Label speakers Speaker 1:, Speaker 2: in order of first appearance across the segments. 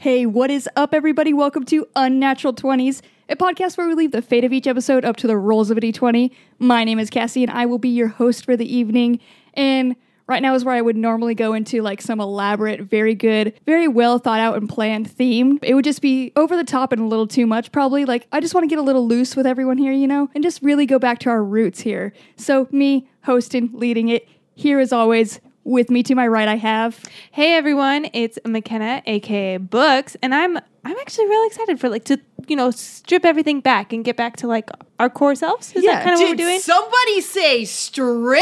Speaker 1: Hey, what is up, everybody? Welcome to Unnatural 20s, a podcast where we leave the fate of each episode up to the rolls of a d20. My name is Cassie, and I will be your host for the evening. And right now is where I would normally go into like some elaborate, very good, very well thought out and planned theme. It would just be over the top and a little too much, probably. Like, I just want to get a little loose with everyone here, you know, and just really go back to our roots here. So, me hosting, leading it, here as always. With me to my right, I have
Speaker 2: Hey everyone, it's McKenna, aka Books, and I'm I'm actually really excited for like to you know strip everything back and get back to like our core selves. Is
Speaker 1: Yeah,
Speaker 2: that kind of what we're
Speaker 3: Did
Speaker 2: doing?
Speaker 3: somebody say strip?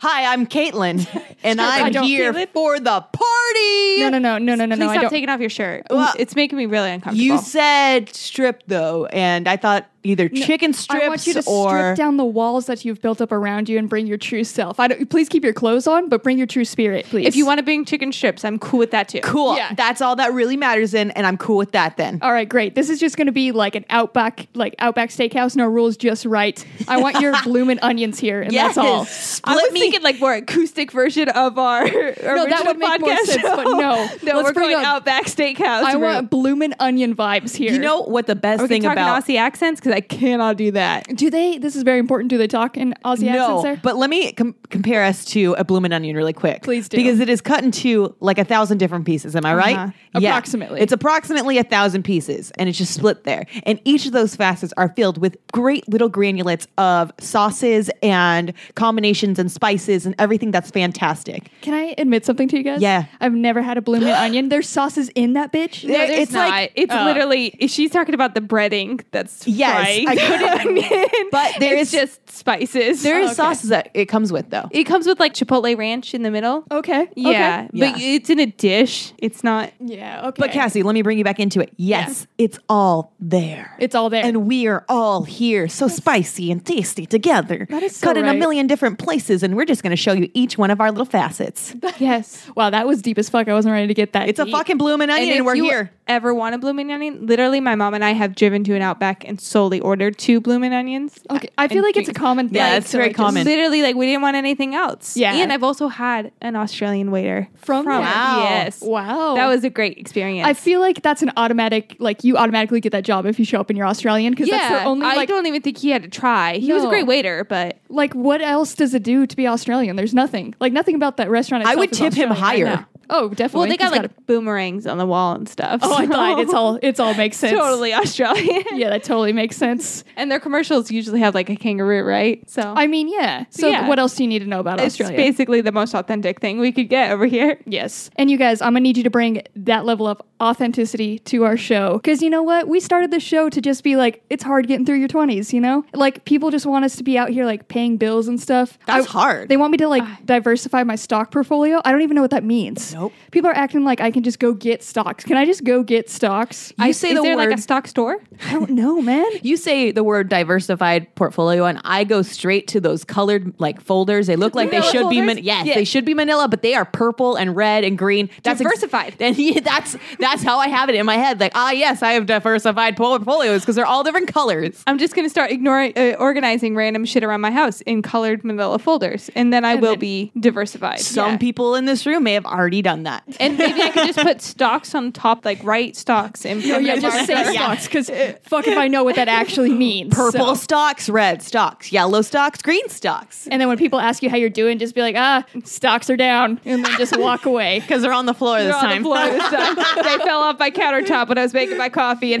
Speaker 3: Hi, I'm Caitlin, and
Speaker 1: I
Speaker 3: I'm
Speaker 1: don't
Speaker 3: here
Speaker 2: feel it.
Speaker 3: for the party.
Speaker 1: no, no, no, no, no, no,
Speaker 2: Please
Speaker 1: no. I
Speaker 2: stop
Speaker 1: don't.
Speaker 2: taking off your shirt.
Speaker 3: Well,
Speaker 2: it's making me really uncomfortable.
Speaker 3: You said strip though, and I thought either chicken strips
Speaker 1: I want you to
Speaker 3: or
Speaker 1: strip down the walls that you've built up around you and bring your true self. I don't, please keep your clothes on, but bring your true spirit, please.
Speaker 2: if you want to bring chicken strips, I'm cool with that too.
Speaker 3: cool.
Speaker 1: Yeah.
Speaker 3: That's all that really matters in, and I'm cool with that then.
Speaker 1: All right, great. This is just going to be like an outback, like outback steakhouse. No rules, just right. I want your bloomin' onions here, and that's all.
Speaker 3: Yes.
Speaker 2: I
Speaker 3: Split
Speaker 2: was
Speaker 3: me.
Speaker 2: thinking like more acoustic version of our
Speaker 1: No, that would make more sense, but no.
Speaker 2: no,
Speaker 1: Let's
Speaker 2: we're
Speaker 1: bring
Speaker 2: going
Speaker 1: up-
Speaker 2: Outback Steakhouse.
Speaker 1: I
Speaker 2: route.
Speaker 1: want bloomin' onion vibes here.
Speaker 3: You know what the best
Speaker 2: Are we
Speaker 3: thing
Speaker 2: talking
Speaker 3: about
Speaker 2: Aussie accents because I cannot do that.
Speaker 1: do they? This is very important. Do they talk in Aussie accents
Speaker 3: no,
Speaker 1: there?
Speaker 3: but let me com- compare us to a bloomin' onion really quick.
Speaker 1: Please do.
Speaker 3: Because it is cut into like a thousand different pieces. Am I
Speaker 2: Uh-huh.
Speaker 3: right? Yeah.
Speaker 1: Approximately.
Speaker 3: It's approximately a thousand pieces and it's just split there. And each of those facets are filled with great little granulates of sauces and combinations and spices and everything that's fantastic.
Speaker 1: Can I admit something to you guys?
Speaker 3: Yeah.
Speaker 1: I've never had a bloomin' onion. There's sauces in that bitch.
Speaker 2: No,
Speaker 3: There-
Speaker 2: there's
Speaker 3: it's
Speaker 2: not.
Speaker 3: like-
Speaker 2: it's
Speaker 1: Oh.
Speaker 2: literally she's talking about the breading that's
Speaker 3: Yes,
Speaker 2: frying
Speaker 3: I couldn't-
Speaker 2: the onion.
Speaker 3: but there
Speaker 2: it's
Speaker 3: is-
Speaker 2: just spices.
Speaker 3: There is
Speaker 2: Okay.
Speaker 3: sauces that it comes with though.
Speaker 2: It comes with like chipotle ranch in the middle.
Speaker 1: Okay.
Speaker 2: Yeah,
Speaker 1: Okay.
Speaker 2: but
Speaker 3: Yeah.
Speaker 2: it's in a dish. It's not.
Speaker 1: Yeah. Okay.
Speaker 3: But Cassie, let me bring you back into it. Yes, it's all there.
Speaker 1: It's all there.
Speaker 3: And we are all here, so spicy and tasty together.
Speaker 1: That is so
Speaker 3: cut in a
Speaker 1: right.
Speaker 3: million different places, and we're just going to show you each one of our little facets.
Speaker 2: Yes.
Speaker 1: Wow, that was deep as fuck. I wasn't ready to get that.
Speaker 3: It's a
Speaker 1: deep.
Speaker 3: fucking blooming onion, and,
Speaker 2: if
Speaker 3: we're
Speaker 2: you
Speaker 3: here.
Speaker 2: Ever want a blooming onion? Literally, my mom and I have driven to an Outback and solely ordered two blooming onions.
Speaker 1: Okay, I feel
Speaker 2: And
Speaker 1: like it's a
Speaker 2: drinks.
Speaker 1: common thing.
Speaker 3: Yeah, it's
Speaker 1: so
Speaker 3: very
Speaker 1: just-
Speaker 3: common.
Speaker 2: Literally, like we didn't want anything else.
Speaker 1: Yeah.
Speaker 2: And I've also had an Australian waiter
Speaker 1: From there.
Speaker 3: Wow.
Speaker 2: Yes.
Speaker 1: Wow,
Speaker 2: That was a great experience.
Speaker 1: I feel like that's an automatic. Like you automatically get that job if you show up and you're Australian because that's the only
Speaker 2: I
Speaker 1: like.
Speaker 2: don't even think he had to try. He was a
Speaker 1: No.
Speaker 2: great waiter, but
Speaker 1: Like what else does it do to be Australian? There's nothing. Like nothing about that restaurant.
Speaker 3: I
Speaker 1: Itself
Speaker 3: would
Speaker 1: is
Speaker 3: tip him
Speaker 1: Australian right
Speaker 3: higher.
Speaker 1: now. Oh, definitely.
Speaker 2: well, they got
Speaker 1: He's
Speaker 2: like boomerangs on the wall and stuff.
Speaker 1: a- oh, I
Speaker 2: so-
Speaker 1: lied. It's all. It's all makes sense.
Speaker 2: totally Australian.
Speaker 1: Yeah, that totally makes sense.
Speaker 2: and their commercials usually have like a kangaroo, right? So
Speaker 1: I mean, yeah. So
Speaker 2: Yeah.
Speaker 1: what else do you need to know about
Speaker 2: it's
Speaker 1: Australia?
Speaker 2: basically the most authentic thing we could get over here.
Speaker 1: Yes. And you guys, I'm going to need you to bring that level of authenticity to our show. Because you know what? We started this show to just be like, it's hard getting through your 20s, you know? Like, people just want us to be out here, like, paying bills and stuff.
Speaker 3: That's hard.
Speaker 1: They want me to, like, diversify my stock portfolio. I don't even know what that means.
Speaker 3: Nope.
Speaker 1: People are acting like I can just go get stocks. Can I just go get stocks?
Speaker 3: You say
Speaker 2: Is
Speaker 3: the
Speaker 2: there like
Speaker 3: word-
Speaker 2: a stock store?
Speaker 1: I don't know, man.
Speaker 3: You say the word diversified portfolio, and I go straight to those colored like folders. They look like they
Speaker 2: Manila
Speaker 3: should be
Speaker 2: folders?
Speaker 3: man- yes,
Speaker 2: Yeah.
Speaker 3: they should be Manila, but they are purple and red and green. That's ex-
Speaker 2: Diversified.
Speaker 3: Then yeah, that's that's how I have it in my head. Like ah yes, I have diversified portfolios because they're all different colors.
Speaker 2: I'm just gonna start ignoring uh, organizing random shit around my house in colored Manila folders, and then I will
Speaker 1: then-
Speaker 2: be diversified.
Speaker 3: Some
Speaker 2: Yeah.
Speaker 3: people in this room may have already done that.
Speaker 2: and maybe I could just put stocks on top, like right stocks in
Speaker 1: Oh, yeah,
Speaker 2: permanent
Speaker 1: just say
Speaker 2: marker.
Speaker 1: stocks because fuck if I know what that actually means.
Speaker 3: Purple
Speaker 1: So-
Speaker 3: stocks, red stocks, yellow stocks, green stocks.
Speaker 1: And then when people ask you how you're doing, just be like, ah, stocks are down, and then just walk away.
Speaker 3: Because they're on the floor this
Speaker 2: They're on
Speaker 3: time.
Speaker 2: the floor this time. they fell off my countertop when I was making my coffee. It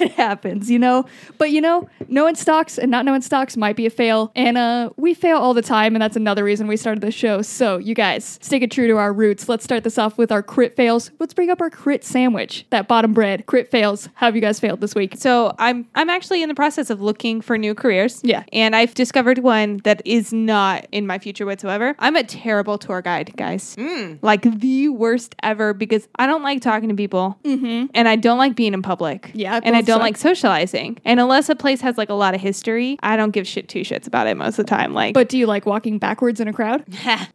Speaker 1: it happens, you know? But you know, knowing stocks and not knowing stocks might be a fail. And uh, we fail all the time, and that's another reason we started the show. So, you guys, sticking true to our roots, let's start this off with our crit fails. Let's bring up our crit sandwich, that bottom bread. Crit fails. How have you guys failed this week?
Speaker 2: So I'm I'm actually in the process of looking for new careers.
Speaker 1: Yeah.
Speaker 2: And I've discovered one that is not in my future whatsoever. I'm a terrible tour guide, guys.
Speaker 1: Mm.
Speaker 2: Like the worst ever because I don't like talking to people. Mm-hmm. And I don't like being in public.
Speaker 1: Yeah,
Speaker 2: And I
Speaker 1: both
Speaker 2: don't
Speaker 1: suck.
Speaker 2: like socializing. And unless a place has like a lot of history, I don't give shit two shits about it most of the time. Like
Speaker 1: But do you like walking backwards in a crowd?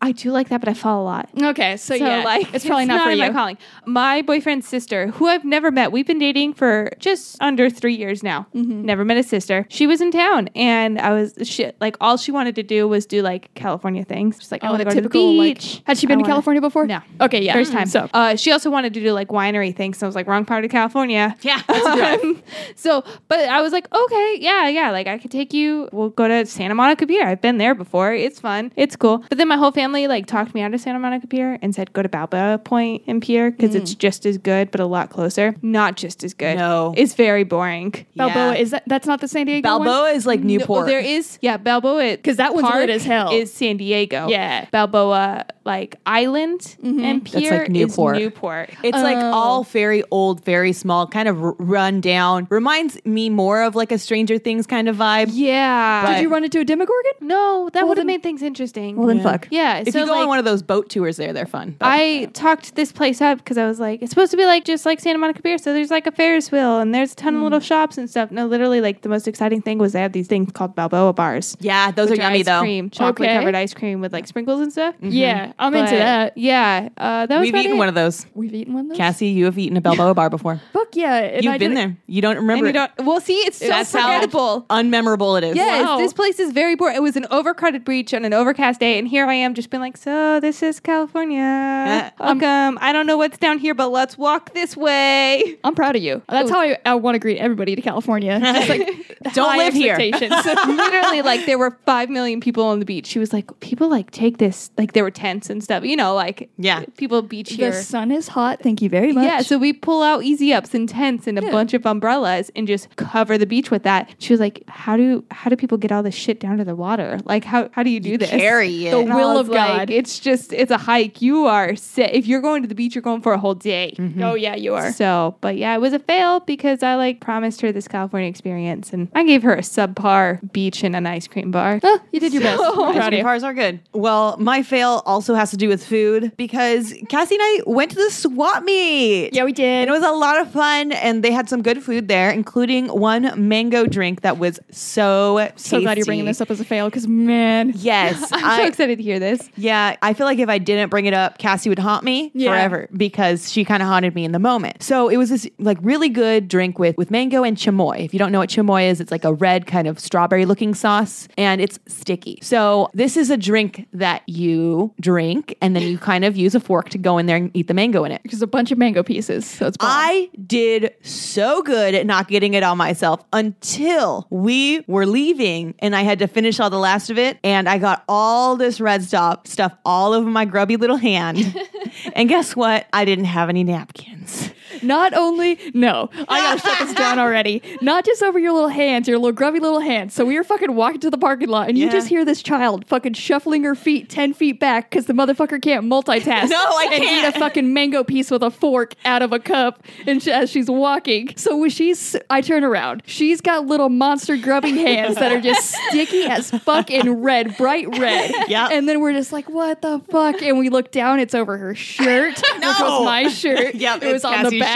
Speaker 2: I do like that, but I fall a lot.
Speaker 1: Okay, so,
Speaker 2: So
Speaker 1: yeah, that.
Speaker 2: like
Speaker 1: it's probably not, for
Speaker 2: in
Speaker 1: you.
Speaker 2: my calling. My boyfriend's sister, who I've never met, we've been dating for just under three years now.
Speaker 1: Mm-hmm.
Speaker 2: Never met his sister. She was in town, and I was shit. Like all she wanted to do was do like California things. She's like, I
Speaker 1: Oh,
Speaker 2: want
Speaker 1: the
Speaker 2: to go to the
Speaker 1: typical
Speaker 2: beach.
Speaker 1: like. Had she
Speaker 2: I
Speaker 1: been to
Speaker 2: wanna-
Speaker 1: California before?
Speaker 2: No.
Speaker 1: Okay, yeah.
Speaker 2: First time.
Speaker 1: So
Speaker 2: uh, she also wanted to do like winery things. So I was like, wrong part of California.
Speaker 3: Yeah, that's good.
Speaker 2: Um, so, but I was like, okay, yeah, yeah, like I could take you. We'll go to Santa Monica Pier. I've been there before. It's fun. It's cool. But then my whole family like talked me out of Santa Monica Pier and said go to Balboa Point and Pier because it's
Speaker 1: Mm.
Speaker 2: just as good, but a lot closer. Not just as good.
Speaker 3: No.
Speaker 2: it's very boring.
Speaker 1: Balboa
Speaker 3: Yeah.
Speaker 1: is that? That's not the San Diego one?
Speaker 3: Balboa is like
Speaker 2: No,
Speaker 3: Newport.
Speaker 2: there is yeah Balboa
Speaker 1: 'Cause that one's
Speaker 2: Park
Speaker 1: lit as hell.
Speaker 2: Is San Diego
Speaker 1: Yeah. Mm-hmm.
Speaker 2: Balboa like island and
Speaker 3: like
Speaker 2: pier
Speaker 3: Newport.
Speaker 2: is Newport.
Speaker 3: It's like
Speaker 2: um,
Speaker 1: Oh.
Speaker 3: all very old, very small, kind of r- run down. Reminds me more of like a Stranger Things kind of vibe.
Speaker 2: yeah.
Speaker 3: But-
Speaker 1: Did you run into a Demogorgon?
Speaker 2: no, that would
Speaker 1: then-
Speaker 2: have made things interesting.
Speaker 1: Well, then fuck.
Speaker 2: Yeah.
Speaker 3: If
Speaker 2: so
Speaker 3: you go
Speaker 2: like,
Speaker 3: on one of those boat tours there, they're fun. But-
Speaker 2: I talked this place up because I was like, it's supposed to be like just like Santa Monica Pier. So there's like a Ferris wheel and there's a
Speaker 3: Hmm.
Speaker 2: ton of little shops and stuff. No, literally, like the most exciting thing was they have these things called Balboa bars.
Speaker 3: yeah, those are
Speaker 2: Which
Speaker 3: yummy
Speaker 2: ice
Speaker 3: though. Mm-hmm.
Speaker 2: Cream, chocolate
Speaker 1: Okay.
Speaker 2: covered ice cream with like sprinkles and stuff.
Speaker 1: Yeah, I'm
Speaker 2: But,
Speaker 1: into that.
Speaker 2: Yeah. Uh, that was
Speaker 3: We've eaten one of those.
Speaker 1: We've eaten one of those.
Speaker 3: Cassie, you have eaten a Balboa bar before.
Speaker 1: Fuck yeah. and
Speaker 3: You've
Speaker 1: I
Speaker 3: been
Speaker 1: did-
Speaker 3: there. You don't remember.
Speaker 2: And you
Speaker 3: it.
Speaker 2: don't, well, see, it's so
Speaker 3: That's how
Speaker 2: forgettable.
Speaker 3: unmemorable it is.
Speaker 2: Yes,
Speaker 1: Wow.
Speaker 2: this place is very boring. It was an overcrowded beach on an overcast day, and here I am just being like, so this is California.
Speaker 3: Uh,
Speaker 2: Welcome. I don't know what's down here, but let's walk this way.
Speaker 1: I'm proud of you.
Speaker 3: Oh.
Speaker 1: That's how I, I want to greet everybody to California. Just like
Speaker 3: Don't
Speaker 1: high
Speaker 3: live here.
Speaker 1: expectations.
Speaker 2: Literally, like there were five million people on the beach. She was like, people like take this, like there were tents and stuff, you know, like
Speaker 3: Yeah.
Speaker 2: people beach
Speaker 1: the
Speaker 2: here.
Speaker 1: sun is hot. Thank you very much.
Speaker 2: Yeah, so we pull out easy ups and tents and a
Speaker 1: Yeah.
Speaker 2: bunch of umbrellas and just cover the beach with that. She was like, "How do how do people get all this shit down to the water? Like how how do you do this?
Speaker 3: carry it. The
Speaker 2: And I
Speaker 1: will
Speaker 2: was
Speaker 1: of
Speaker 2: like,
Speaker 1: God.
Speaker 2: It's just it's a hike. You are set. If you're going to the beach, you're going for a whole day.
Speaker 1: oh yeah, you are.
Speaker 2: So, but yeah, it was a fail because I like promised her this California experience and I gave her a subpar beach and an ice cream bar.
Speaker 1: Huh, you did your best.
Speaker 2: So-
Speaker 1: I'm
Speaker 3: Ice
Speaker 1: proud of
Speaker 3: cream
Speaker 1: you.
Speaker 3: bars are good. Well, my fail also has to do with food because Cassie and I went to the swap meet.
Speaker 1: Yeah, we did.
Speaker 3: And it was a lot of fun, and they had some good food there, including one mango drink that was so tasty.
Speaker 1: so glad you're bringing this up as a fail because man,
Speaker 3: Yes,
Speaker 2: I'm so excited to hear this.
Speaker 3: Yeah, I feel like if I didn't bring it up, Cassie would haunt me
Speaker 1: Yeah.
Speaker 3: forever because she kind of haunted me in the moment. So it was this like really good drink with with mango and chamoy. If you don't know what chamoy is, it's like a red kind of strawberry looking sauce and it's sticky. So this is a drink that you drink and then you kind of use a fork to go in there and eat the mango in it.
Speaker 1: because a bunch of mango pieces. So it's bomb.
Speaker 3: I did so good at not getting it all myself until we were leaving and I had to finish all the last of it. And I got all this red stuff, stuff all over my grubby little hand. and guess what? I didn't have any napkins.
Speaker 1: Not only no, I gotta shut this down already. Not just over your little hands, your little grubby little hands. So we were fucking walking to the parking lot, and you
Speaker 3: Yeah.
Speaker 1: just hear this child fucking shuffling her feet ten feet back because the motherfucker can't multitask.
Speaker 3: No, I
Speaker 1: and Eat
Speaker 3: can't.
Speaker 1: a fucking mango piece with a fork out of a cup, and she, as she's walking, so when she's, I turn around. She's got little monster grubby hands that are just sticky as fuck and red, bright red.
Speaker 3: Yep.
Speaker 1: And then we're just like, what the fuck? And we look down. It's over her shirt, which was
Speaker 3: No.
Speaker 1: my shirt.
Speaker 3: Yep,
Speaker 1: it was
Speaker 3: it's
Speaker 1: on the
Speaker 3: Cassie's shirt.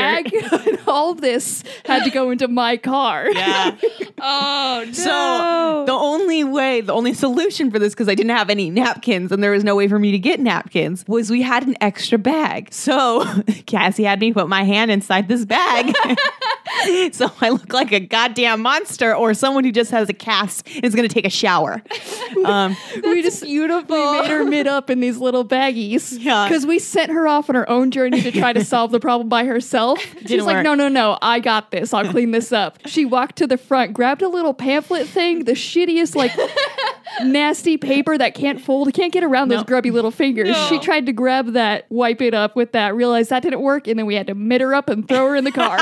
Speaker 1: back and all this had to go into my car.
Speaker 3: Yeah.
Speaker 2: Oh,
Speaker 3: So the only way, the only solution for this, because I didn't have any napkins and there was no way for me to get napkins, was we had an extra bag. So Cassie had me put my hand inside this bag. so I look like a goddamn monster or someone who just has a cast and is going to take a shower. Um,
Speaker 1: we just beautiful. We made her mid up in these little baggies.
Speaker 3: Yeah.
Speaker 1: Because we sent her off on her own journey to try to solve the problem by herself. She's
Speaker 3: Didn't
Speaker 1: like,
Speaker 3: work.
Speaker 1: no, no, no, I got this. I'll clean this up. She walked to the front, grabbed a little pamphlet thing, the shittiest, like nasty paper that can't fold, can't get around those
Speaker 3: No.
Speaker 1: grubby little fingers.
Speaker 2: No.
Speaker 1: She tried to grab that, wipe it up with that, realized that didn't work, and then we had to mid her up and throw her in the car.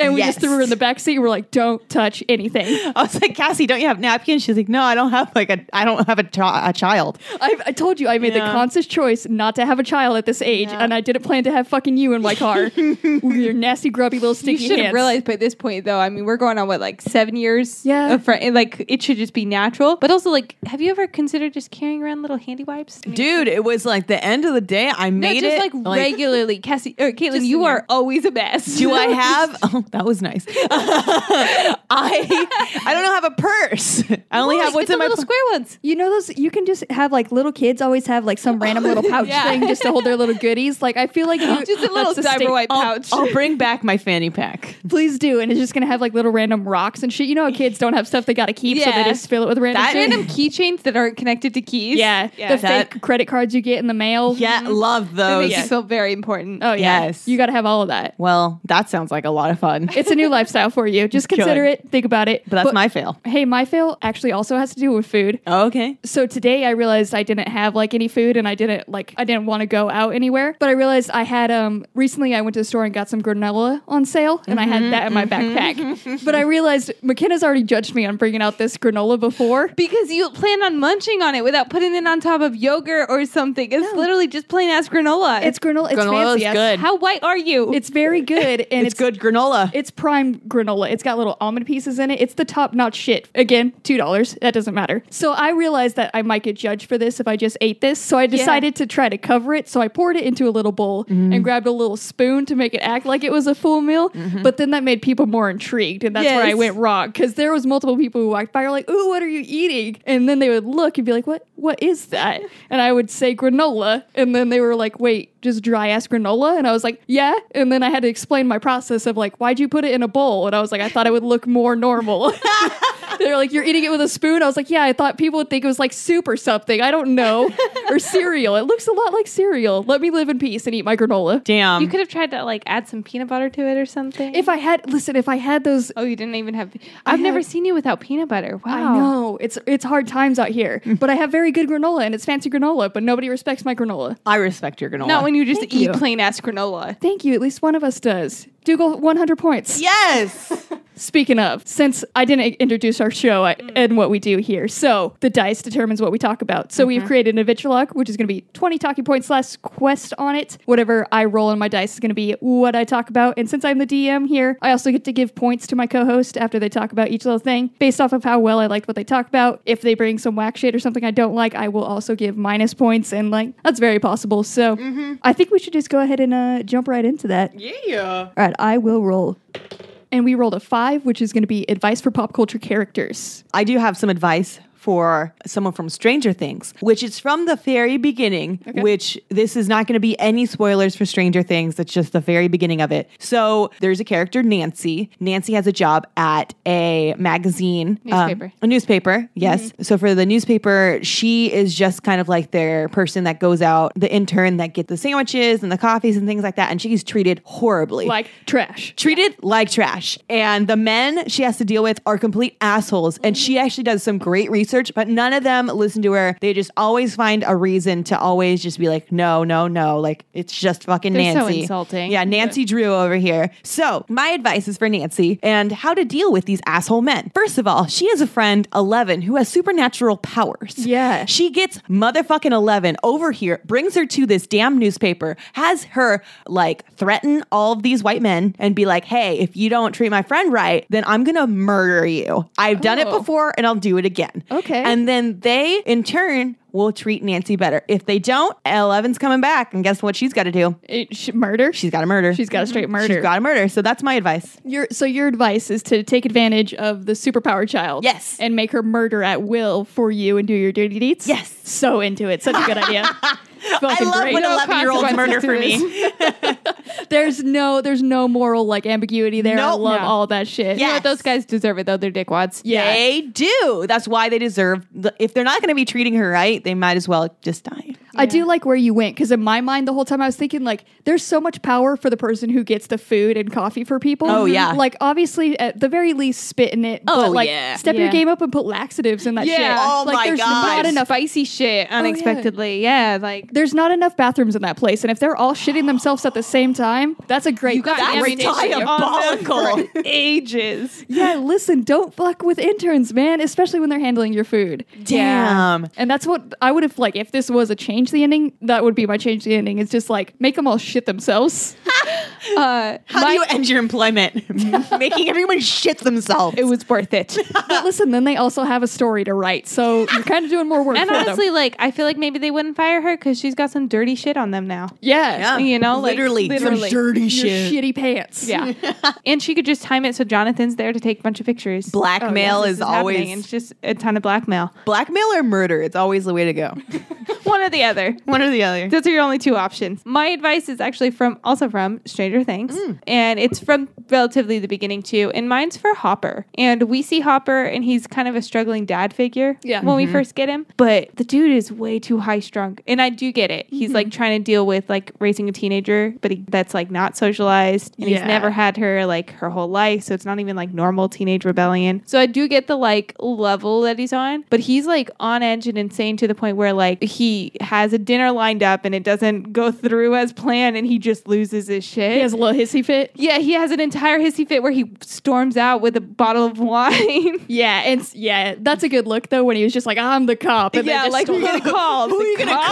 Speaker 1: and we just
Speaker 3: Yes.
Speaker 1: threw her in the back seat. We're like, don't touch anything.
Speaker 3: I was like, Cassie, don't you have napkins? She's like, no, I don't have like a, I don't have a, chi- a child.
Speaker 1: I've, I told you I made the
Speaker 3: Yeah.
Speaker 1: conscious choice not to have a child at this age, and I didn't plan to have fucking you in my car with your nasty, grubby little
Speaker 2: You
Speaker 1: sticky
Speaker 2: should have
Speaker 1: hands.
Speaker 2: realized by this point, though. I mean, we're going on what like seven years.
Speaker 1: Yeah.
Speaker 2: of fri- and, like it should just be natural. But also, like, have you ever considered just carrying around little handy wipes?
Speaker 3: Dude, it was like the end of the day. I
Speaker 2: no,
Speaker 3: made
Speaker 2: just
Speaker 3: it
Speaker 2: like, regularly, Cassie or Caitlin.
Speaker 1: Just
Speaker 2: You
Speaker 1: in
Speaker 2: are
Speaker 1: your-
Speaker 2: always a mess.
Speaker 3: Do I have? oh, that was nice. I I don't know have a purse. I only have what's in my
Speaker 2: little
Speaker 3: pur-
Speaker 2: square ones.
Speaker 1: You know those you can just have like little kids always have like some random little pouch
Speaker 2: Yeah.
Speaker 1: thing just to hold their little goodies. Like I feel like you,
Speaker 2: Just a little
Speaker 1: that's the
Speaker 2: diaper
Speaker 1: state-
Speaker 2: wipe
Speaker 1: Oh,
Speaker 2: pouch.
Speaker 3: I'll bring back my fanny pack.
Speaker 1: Please do, and it's just gonna have like little random rocks and shit. You know how kids don't have stuff they gotta keep, so
Speaker 2: Yeah.
Speaker 1: they just fill it with random
Speaker 3: That-
Speaker 1: shit.
Speaker 2: Random keychains that aren't connected to keys.
Speaker 1: yeah, the
Speaker 3: that-
Speaker 1: fake credit cards you get in the mail.
Speaker 3: Yeah, love
Speaker 2: That
Speaker 3: those.
Speaker 2: makes you feel very important.
Speaker 1: Oh yeah.
Speaker 3: Yes.
Speaker 1: You gotta have all of that.
Speaker 3: Well, that sounds like a lot of fun.
Speaker 1: It's a new lifestyle for you. Just consider it. Think about it.
Speaker 3: But that's my fail.
Speaker 1: Hey, my fail actually also has to do with food.
Speaker 3: Okay.
Speaker 1: So today I realized I didn't have like any food and I didn't like I didn't want to go out anywhere. But I realized I had um recently I went to the store and got some granola on sale and I
Speaker 3: Mm-hmm,
Speaker 1: had that in my backpack. but I realized McKenna's already judged me on bringing out this granola before.
Speaker 2: Because you plan on munching on it without putting it on top of yogurt or something. It's literally just plain ass granola.
Speaker 1: It's granola. It's
Speaker 3: Granola
Speaker 1: fancy.
Speaker 3: is
Speaker 1: yes.
Speaker 3: good.
Speaker 2: how white are you?
Speaker 1: It's very good and
Speaker 3: It's, good granola.
Speaker 1: It's prime granola. It's got little almond pieces in it. It's the top notch shit. Again, $2. That doesn't matter. So I realized that I might get judged for this if I just ate this. So I decided to try to cover it. So I poured it into a little bowl and grabbed a little spoon to make it act like it was a full meal. But then that made people more intrigued. And that's where I
Speaker 2: Yes.
Speaker 1: went wrong because there was multiple people who walked by were like, ooh, what are you eating? And then they would look and be like, what, what is that? And I would say granola. And then they were like, wait, just dry ass granola? And I was like, yeah. And then I had to explain my process of like, why'd you put it in a bowl? And I was like, I thought it would look more normal. they were like, you're eating it with a spoon? I was like, yeah, I thought people would think it was like soup or something. I don't know. or cereal. It looks a lot like cereal. Let me live in peace and eat my granola.
Speaker 3: Damn.
Speaker 2: you could have tried to like add some peanut butter to it or something.
Speaker 1: um, If I had, listen, if I had those
Speaker 2: oh, you didn't even have. I've
Speaker 1: had-
Speaker 2: never seen you without peanut butter. Wow.
Speaker 1: I know it's it's hard times out here, but I have very good granola and it's fancy granola, but nobody respects my granola.
Speaker 3: I respect your granola.
Speaker 2: Not when you just
Speaker 1: Thank
Speaker 2: eat
Speaker 1: you.
Speaker 2: plain ass granola.
Speaker 1: Thank you. At least one of us does. Dougal, 100 points.
Speaker 3: yes.
Speaker 1: Speaking of, since I didn't introduce our show I- and what we do here, so the dice determines what we talk about. So we've created a vitralog, which is going to be 20 talking points less quest on it. Whatever I roll on my dice is going to be what I talk about. And since I'm the DM here, I also get to give points to my co host after they talk about each little thing based off of how well I liked what they talk about. If they bring some whack shit or something I don't like, I will also give minus points. And like, that's very possible. So I think we should just go ahead and uh, jump right into that.
Speaker 3: Yeah.
Speaker 1: All right, I will roll. And we rolled a five, which is going to be advice for pop culture characters.
Speaker 3: I do have some advice for someone from Stranger Things, which is from the very beginning, which this is not going to be any spoilers for Stranger Things. That's just the very beginning of it. So there's a character, Nancy. Nancy has a job at a magazine, um,
Speaker 2: Newspaper.
Speaker 3: a newspaper, yes. So for the newspaper, she is just kind of like their person that goes out, the intern that gets the sandwiches and the coffees and things like that. And she's treated horribly
Speaker 1: Like trash.
Speaker 3: treated like trash. And the men she has to deal with are complete assholes. And she actually does some great research, but none of them listen to her. They just always find a reason to always just be like, no, no, no. Like it's just fucking
Speaker 2: They're so
Speaker 3: Nancy.
Speaker 2: insulting.
Speaker 3: Yeah, Nancy Drew over here. So my advice is for Nancy and how to deal with these asshole men. First of all, she has a friend, Eleven, who has supernatural powers.
Speaker 1: Yeah.
Speaker 3: She gets motherfucking 11 over here, brings her to this damn newspaper, has her like threaten all of these white men and be like, hey, if you don't treat my friend right, then I'm going to murder you. I've done it
Speaker 1: Oh.
Speaker 3: before and I'll do it again.
Speaker 1: Okay.
Speaker 3: And then they, in turn, will treat Nancy better. If they don't, 11's coming back. And guess what she's got to do?
Speaker 1: It, sh- murder.
Speaker 3: She's got to murder.
Speaker 1: She's got a straight murder.
Speaker 3: She's got to murder. So that's my advice.
Speaker 1: your, so your advice is to take advantage of the superpower child.
Speaker 3: Yes.
Speaker 1: And make her murder at will for you and do your dirty deeds.
Speaker 3: Yes.
Speaker 1: So into it. Such a good idea.
Speaker 3: I
Speaker 1: Fucking
Speaker 3: love
Speaker 1: great.
Speaker 3: when
Speaker 1: No
Speaker 3: 11 year olds murder
Speaker 1: consequences
Speaker 3: for
Speaker 1: to this.
Speaker 3: me.
Speaker 1: There's no there's no moral like ambiguity there. I
Speaker 3: Nope.
Speaker 1: love
Speaker 3: No.
Speaker 1: all that shit.
Speaker 3: Yeah.
Speaker 2: But those guys deserve it though. They're dickwads.
Speaker 1: Yeah.
Speaker 3: They do. That's why they deserve. The, if they're not going to be treating her right, they might as well just die.
Speaker 1: I do like where you went because in my mind the whole time I was thinking like there's so much power for the person who gets the food and coffee for people. Mm-hmm.
Speaker 3: Oh, yeah.
Speaker 1: like obviously at the very least spit in it.
Speaker 3: Oh,
Speaker 1: but, like,
Speaker 3: yeah.
Speaker 1: Step your
Speaker 2: Yeah.
Speaker 1: game up and put laxatives in that
Speaker 2: Yeah.
Speaker 1: shit.
Speaker 3: Oh,
Speaker 1: like,
Speaker 3: my
Speaker 1: there's
Speaker 3: God.
Speaker 1: Not
Speaker 2: Not
Speaker 1: enough,
Speaker 2: enough spicy
Speaker 1: Oh,
Speaker 2: shit unexpectedly. yeah. like
Speaker 1: there's not enough bathrooms in that place, and if they're all shitting themselves at the same time, that's a great.
Speaker 2: you got
Speaker 3: That's
Speaker 2: ammunition
Speaker 3: diabolical.
Speaker 2: on them for ages.
Speaker 1: yeah, listen, don't fuck with interns, man, especially when they're handling your food.
Speaker 3: Damn.
Speaker 1: And that's what I would have like if this was a change the ending. That would be my change the ending. It's just like make them all shit themselves.
Speaker 2: Uh,
Speaker 3: How
Speaker 2: my-
Speaker 3: do you end your employment? Making everyone shit themselves.
Speaker 2: it was worth it.
Speaker 1: But listen, then they also have a story to write, so you're kind of doing more work.
Speaker 2: and
Speaker 1: for them.
Speaker 2: honestly, like I feel like maybe they wouldn't fire her because she's got some dirty shit on them now.
Speaker 1: yeah,
Speaker 2: You know, like,
Speaker 3: literally,
Speaker 2: literally.
Speaker 3: some dirty
Speaker 1: your
Speaker 3: shit.
Speaker 1: shitty pants.
Speaker 2: Yeah, and she could just time it so Jonathan's there to take a bunch of pictures. Oh,
Speaker 3: Blackmail
Speaker 2: This
Speaker 3: is,
Speaker 2: happening,
Speaker 3: always
Speaker 2: and it's just a ton of blackmail.
Speaker 3: blackmail or murder. It's always the way to go.
Speaker 2: One or the other.
Speaker 3: One or the other.
Speaker 2: Those are your only two options. My advice is actually from also from Stranger Things,
Speaker 3: Mm.
Speaker 2: and it's from relatively the beginning too. And mine's for Hopper, and we see Hopper, and he's kind of a struggling dad figure.
Speaker 1: Yeah.
Speaker 2: when
Speaker 3: Mm-hmm.
Speaker 2: we first get him, but the dude is way too high strung, and I do get it. He's
Speaker 3: Mm-hmm.
Speaker 2: like trying to deal with like raising a teenager, but he, that's like not socialized, and
Speaker 1: Yeah.
Speaker 2: he's never had her like her whole life, so it's not even like normal teenage rebellion. So I do get the like level that he's on, but he's like on edge and insane to the point where like he has a dinner lined up and it doesn't go through as planned and he just loses his shit.
Speaker 1: He has a little hissy fit.
Speaker 2: yeah, he has an entire hissy fit where he storms out with a bottle of wine.
Speaker 1: Yeah, and s- yeah, that's a good look though when he was just like, "I'm the cop," and
Speaker 2: yeah,
Speaker 1: then just
Speaker 2: like
Speaker 1: stole-
Speaker 2: who are you gonna call?
Speaker 3: Who are
Speaker 2: The
Speaker 3: you gonna
Speaker 2: cops?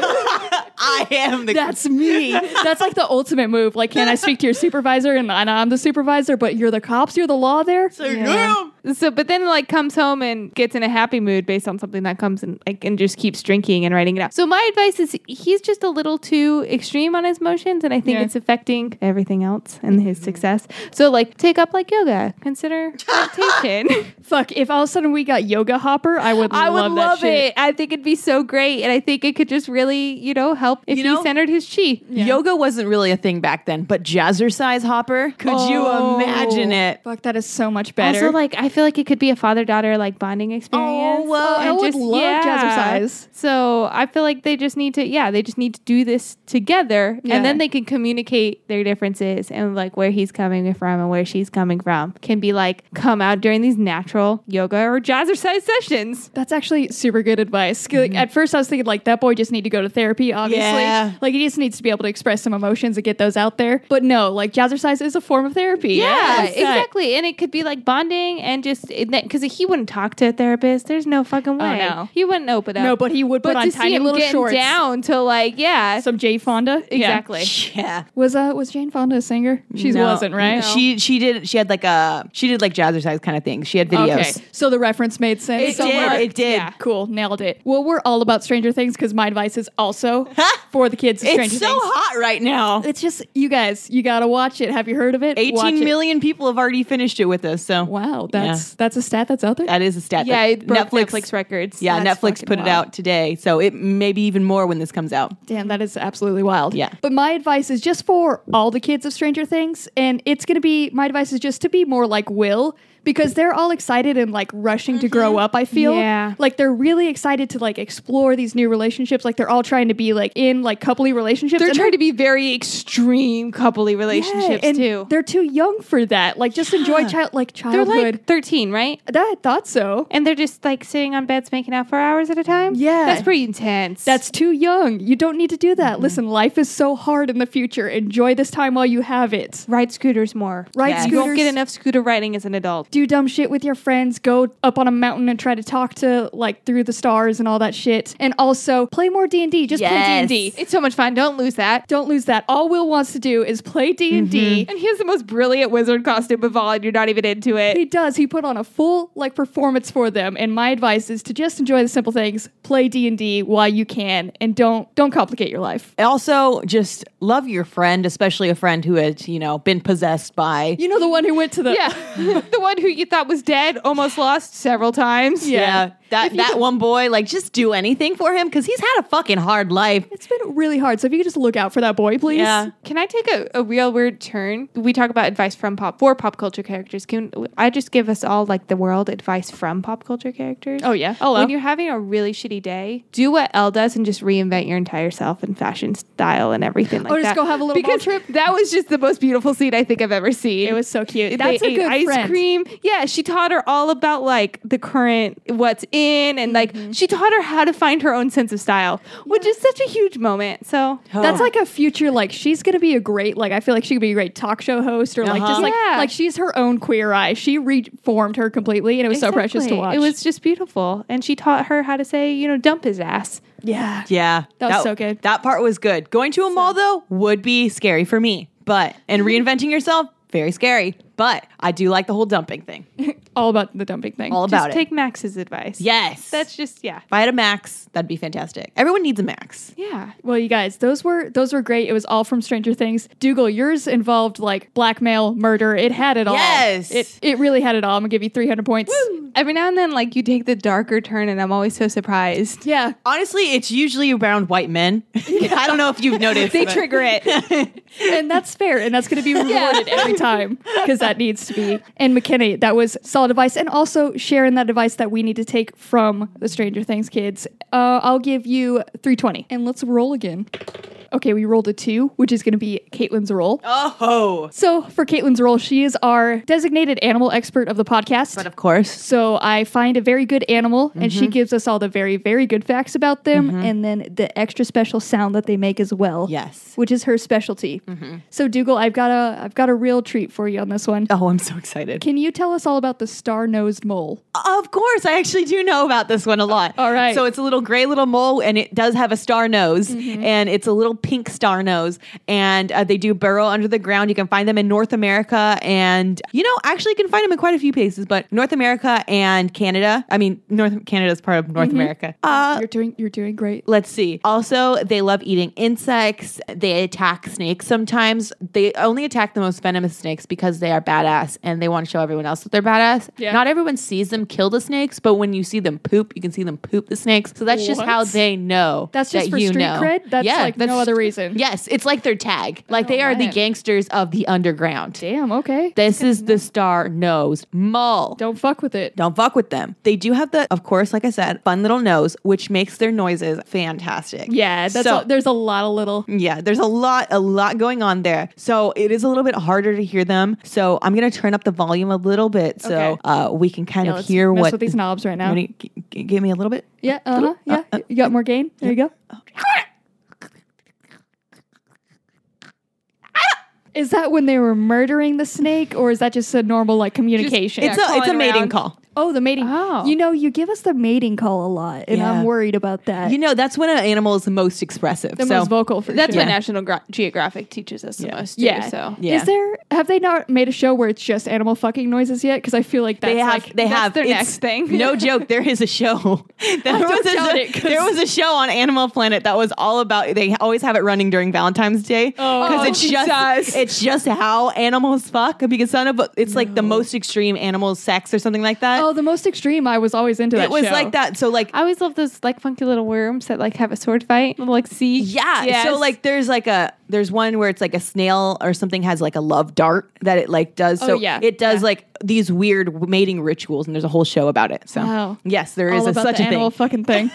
Speaker 3: call? I am the.
Speaker 1: That's me. That's like the ultimate move. Like, can I speak to your supervisor? And I know I'm the supervisor, but you're the cops. You're the law there.
Speaker 3: so
Speaker 2: Yeah.
Speaker 3: you-
Speaker 2: So, but then like comes home and gets in a happy mood based on something that comes and like and just keeps drinking and writing it out. So my advice is he's just a little too extreme on his motions, and I
Speaker 1: Yeah.
Speaker 2: think
Speaker 1: Mm-hmm.
Speaker 2: it's affecting everything else and his success. So like take up like yoga, consider meditation.
Speaker 1: Fuck! If all of a sudden we got yoga hopper, I would.
Speaker 2: I would
Speaker 1: love, that
Speaker 2: love
Speaker 1: shit.
Speaker 2: it. I think it'd be so great, and I think it could just really you know help if
Speaker 3: You
Speaker 2: he
Speaker 3: know-
Speaker 2: centered his chi.
Speaker 3: Yoga wasn't really a thing back then, but jazzercise hopper. Could
Speaker 2: Oh.
Speaker 3: you imagine it?
Speaker 1: Fuck! That is so much better.
Speaker 2: Also, like I feel like it could be a father daughter like bonding experience.
Speaker 3: Oh, well,
Speaker 1: I would love jazzercise.
Speaker 2: So I feel like they just need to, yeah, they just need to do this together,
Speaker 1: Yeah.
Speaker 2: and then they can communicate their differences and like where he's coming from and where she's coming from can be like come out during these natural yoga or jazzercise sessions.
Speaker 1: That's actually super good advice. 'Cause, Like, At first, I was thinking like that boy just need to go to therapy. Obviously,
Speaker 3: Mm-hmm. Yeah.
Speaker 1: like he just needs to be able to express some emotions and get those out there. But no, like jazzercise is a form of therapy.
Speaker 2: Yeah,
Speaker 1: Yes.
Speaker 2: exactly. And it could be like bonding and just because he wouldn't talk to a therapist. There's no fucking way.
Speaker 1: Oh, no.
Speaker 2: He wouldn't open up.
Speaker 1: No, but he would put
Speaker 2: but
Speaker 1: on
Speaker 2: to
Speaker 1: tiny
Speaker 2: see him
Speaker 1: little
Speaker 2: getting
Speaker 1: shorts.
Speaker 2: down to like yeah,
Speaker 1: Some Jay Fonda. Yeah.
Speaker 2: exactly.
Speaker 3: Yeah.
Speaker 1: Was uh was Jane Fonda a singer? She
Speaker 3: No.
Speaker 1: wasn't, right?
Speaker 3: She she did she had like a she did like jazzercise kind of thing. She had videos.
Speaker 1: Okay, so the reference made sense.
Speaker 2: It
Speaker 1: So
Speaker 2: did,
Speaker 1: much.
Speaker 3: it did.
Speaker 1: Yeah, cool, nailed it. Well, we're all about Stranger Things because my advice is also for the kids. Stranger
Speaker 3: It's so
Speaker 1: Things.
Speaker 3: hot right now.
Speaker 1: It's just you guys, you gotta watch it. Have you heard of it? Watch
Speaker 3: Eighteen
Speaker 1: it.
Speaker 3: million people have already finished it with us. So
Speaker 1: Wow, that's that's a stat that's out there.
Speaker 3: that is a stat.
Speaker 2: Yeah,
Speaker 3: that
Speaker 2: it broke Netflix, records.
Speaker 3: Yeah,
Speaker 2: That's
Speaker 3: Netflix
Speaker 2: fucking
Speaker 3: put it
Speaker 2: wild.
Speaker 3: out today. So it may be even more when this comes out.
Speaker 1: Damn, that is absolutely wild.
Speaker 3: Yeah.
Speaker 1: But my advice is just for all the kids of Stranger Things, and it's gonna be my advice is just to be more like Will because they're all excited and like rushing to grow up. I feel
Speaker 2: Mm-hmm. Yeah.
Speaker 1: like they're really excited to like explore these new relationships. Like they're all trying to be like in like coupley relationships.
Speaker 2: They're
Speaker 1: and
Speaker 2: trying to be very extreme coupley relationships
Speaker 1: Yeah, and
Speaker 2: too.
Speaker 1: They're too young for that. Like just enjoy child like
Speaker 2: They're
Speaker 1: childhood.
Speaker 2: like 13, right?
Speaker 1: that I thought so.
Speaker 2: And they're just like sitting on beds making out for hours at a time.
Speaker 1: Yeah.
Speaker 2: that's pretty intense.
Speaker 1: That's too young. You don't need to do
Speaker 2: Mm-hmm.
Speaker 1: that. Listen, life is so hard in the future. Enjoy this time while you have it.
Speaker 2: ride scooters more.
Speaker 1: Ride
Speaker 3: Yes.
Speaker 2: You
Speaker 1: scooters.
Speaker 2: don't get enough scooter riding as an adult.
Speaker 1: do dumb shit with your friends, go up on a mountain and try to talk to like through the stars and all that shit. And also play more D&D, just play
Speaker 3: Yes.
Speaker 1: D&D.
Speaker 2: It's so much fun. Don't lose that.
Speaker 1: Don't lose that. All Will wants to do is play D&D.
Speaker 2: And he has the most brilliant wizard costume of all, and you're not even into
Speaker 1: He
Speaker 2: it.
Speaker 1: does. He put on a full like performance for them. And my advice is to just enjoy the simple things, play D&D while you can and don't don't complicate your life.
Speaker 3: Also, just love your friend, especially a friend who has, you know, been possessed by
Speaker 1: You know the one who went to the
Speaker 2: Yeah, the one who you thought was dead almost lost several times.
Speaker 1: Yeah.
Speaker 3: That that one boy, like just do anything for him because he's had a fucking hard life.
Speaker 1: It's been really hard. So if you could just look out for that boy, please.
Speaker 3: Yeah.
Speaker 2: Can I take a, a real weird turn? We talk about advice from pop for pop culture characters. Can I just give us all like the world advice from pop culture characters?
Speaker 1: Oh, yeah. Hello.
Speaker 2: When you're having a really shitty day, do what Elle does and just reinvent your entire self and fashion style and everything like
Speaker 1: Or just
Speaker 2: that.
Speaker 1: go have a little
Speaker 2: because
Speaker 1: mall trip.
Speaker 2: That was just the most beautiful scene I think I've ever seen.
Speaker 1: It was so cute.
Speaker 2: They
Speaker 1: That's a
Speaker 2: ate
Speaker 1: good
Speaker 2: ice
Speaker 1: friend.
Speaker 2: cream. Yeah, she taught her all about like the current what's in and like
Speaker 1: Mm-hmm.
Speaker 2: she taught her how to find her own sense of style, which is such a huge moment. So
Speaker 1: That's
Speaker 3: Oh.
Speaker 1: like a future. Like she's gonna be a great. Like I feel like she could be a great talk show host, or like just
Speaker 3: Uh-huh.
Speaker 1: like
Speaker 2: Yeah.
Speaker 1: like she's her own queer eye. She reformed her completely, and it was so precious to
Speaker 2: Exactly.
Speaker 1: watch.
Speaker 2: It was just beautiful. And she taught her how to say, you know, dump his ass.
Speaker 1: yeah.
Speaker 3: Yeah.
Speaker 1: That was so good.
Speaker 3: That part was good. Going to a mall though would be scary for me. But, and reinventing yourself, very scary. But I do like the whole dumping thing.
Speaker 1: All about the dumping thing.
Speaker 3: All about
Speaker 2: just
Speaker 3: it.
Speaker 2: take Max's advice.
Speaker 3: yes.
Speaker 2: That's just yeah.
Speaker 3: if I had a max, that'd be fantastic. Everyone needs a max.
Speaker 2: Yeah.
Speaker 1: Well, you guys, those were those were great. It was all from Stranger Things. Dougal, yours involved like blackmail, murder. It had it all.
Speaker 3: Yes.
Speaker 1: It it really had it all. I'm gonna give you 300 points.
Speaker 2: Every now and then like you take the darker turn and I'm always so surprised.
Speaker 1: Yeah.
Speaker 3: Honestly, it's usually around white men. I don't know if you've noticed.
Speaker 2: They
Speaker 3: but-
Speaker 2: trigger it.
Speaker 1: And that's fair. And that's going to be rewarded every time because that needs to be. And McKinney, that was solid advice. And also sharing that advice that we need to take from the Stranger Things kids. Uh, I'll give you 320. And let's roll again. Okay, we rolled a two, which is going to be Caitlin's roll.
Speaker 3: Oh.
Speaker 1: So for Caitlin's role, she is our designated animal expert of the podcast.
Speaker 3: But of course.
Speaker 1: So I find a very good animal, and she gives us all the very, very good facts about them, and then the extra special sound that they make as well.
Speaker 3: Yes.
Speaker 1: which is her specialty. So Dougal, I've got a, I've got a real treat for you on this one.
Speaker 3: Mm-hmm. Oh, I'm so excited.
Speaker 1: Can you tell us all about the star-nosed mole?
Speaker 3: Of course, I actually do know about this one a lot.
Speaker 1: Uh, all right.
Speaker 3: So it's a little gray little mole, and it does have a star nose,
Speaker 1: Mm-hmm.
Speaker 3: and it's a little pink star nose, and uh, they do burrow under the ground. You can find them in North America, and you know, actually, you can find them in quite a few places, but North America and Canada. I mean, North Canada is part of North
Speaker 1: Mm-hmm.
Speaker 3: America. Uh,
Speaker 1: you're doing, you're doing great.
Speaker 3: Let's see. Also, they love eating insects. They attack snakes sometimes. They only attack the most venomous snakes because they are badass and they want to show everyone else that they're badass.
Speaker 1: Yeah.
Speaker 3: Not everyone sees them kill the snakes, but when you see them poop, you can see them poop the snakes. So that's just
Speaker 1: What?
Speaker 3: how they know.
Speaker 1: That's just
Speaker 3: that
Speaker 1: for
Speaker 3: you
Speaker 1: street
Speaker 3: know.
Speaker 1: cred? That's like no other reason.
Speaker 3: Yes, it's like their tag. Like they
Speaker 1: Oh,
Speaker 3: are
Speaker 1: man.
Speaker 3: the gangsters of the underground.
Speaker 1: Damn. Okay.
Speaker 3: This is the star nose mole.
Speaker 1: Don't fuck with it.
Speaker 3: Don't fuck with them. They do have the, of course, like I said, fun little nose, which makes their noises fantastic.
Speaker 1: Yeah. That's
Speaker 3: So-
Speaker 1: a, there's a lot of little.
Speaker 3: yeah, there's a lot, a lot going on there. So it is a little bit harder to hear them. So I'm gonna turn up the volume a little bit so
Speaker 1: Okay.
Speaker 3: uh, we can kind
Speaker 1: Yeah,
Speaker 3: of
Speaker 1: let's
Speaker 3: hear
Speaker 1: mess
Speaker 3: what.
Speaker 1: with these knobs right now.
Speaker 3: Ready? G- g- give me a little bit.
Speaker 1: Yeah. Uh huh. Yeah. you got more gain. There you go. Is that when they were murdering the snake, or is that just a normal like communication?
Speaker 3: It's a it's a
Speaker 2: calling
Speaker 3: mating
Speaker 2: around.
Speaker 3: call.
Speaker 1: oh, the mating.
Speaker 2: Oh.
Speaker 1: You know, you give us the mating call a lot, and
Speaker 3: Yeah.
Speaker 1: I'm worried about that.
Speaker 3: You know that's when an animal is the most expressive.
Speaker 1: the
Speaker 3: so
Speaker 1: most vocal for
Speaker 2: That's
Speaker 1: sure.
Speaker 2: what National Gra- Geographic teaches us the
Speaker 3: Yeah.
Speaker 2: most. Too,
Speaker 1: Yeah.
Speaker 2: So
Speaker 3: Yeah.
Speaker 1: Is there? Have they not made a show where it's just animal fucking noises yet? Because I feel like that's
Speaker 3: they have
Speaker 1: like
Speaker 3: they
Speaker 2: that's
Speaker 3: have
Speaker 2: their
Speaker 3: it's-
Speaker 2: next thing.
Speaker 3: no joke, there is a show. there, was a,
Speaker 1: doubt it, 'cause-
Speaker 3: there was a show on Animal Planet that was all about. They always have it running during Valentine's Day because
Speaker 1: Oh.
Speaker 3: it's just
Speaker 2: Jesus.
Speaker 3: it's just how animals fuck. Because son of a- it's like the most extreme animal sex or something like that.
Speaker 1: oh the most extreme. I was always into that.
Speaker 3: it was
Speaker 1: show.
Speaker 3: like that. So like
Speaker 2: I always love those like funky little worms that like have a sword fight. Little, like see.
Speaker 3: Yeah.
Speaker 2: Yes.
Speaker 3: So like there's like a there's one where it's like a snail or something has like a love dart that it like does. So
Speaker 1: Oh, yeah.
Speaker 3: it does
Speaker 1: Yeah.
Speaker 3: like these weird mating rituals and there's a whole show about it. So
Speaker 1: Wow.
Speaker 3: yes, there is
Speaker 1: all
Speaker 3: a,
Speaker 1: about
Speaker 3: such
Speaker 1: the
Speaker 3: a
Speaker 1: animal
Speaker 3: thing.
Speaker 1: fucking thing.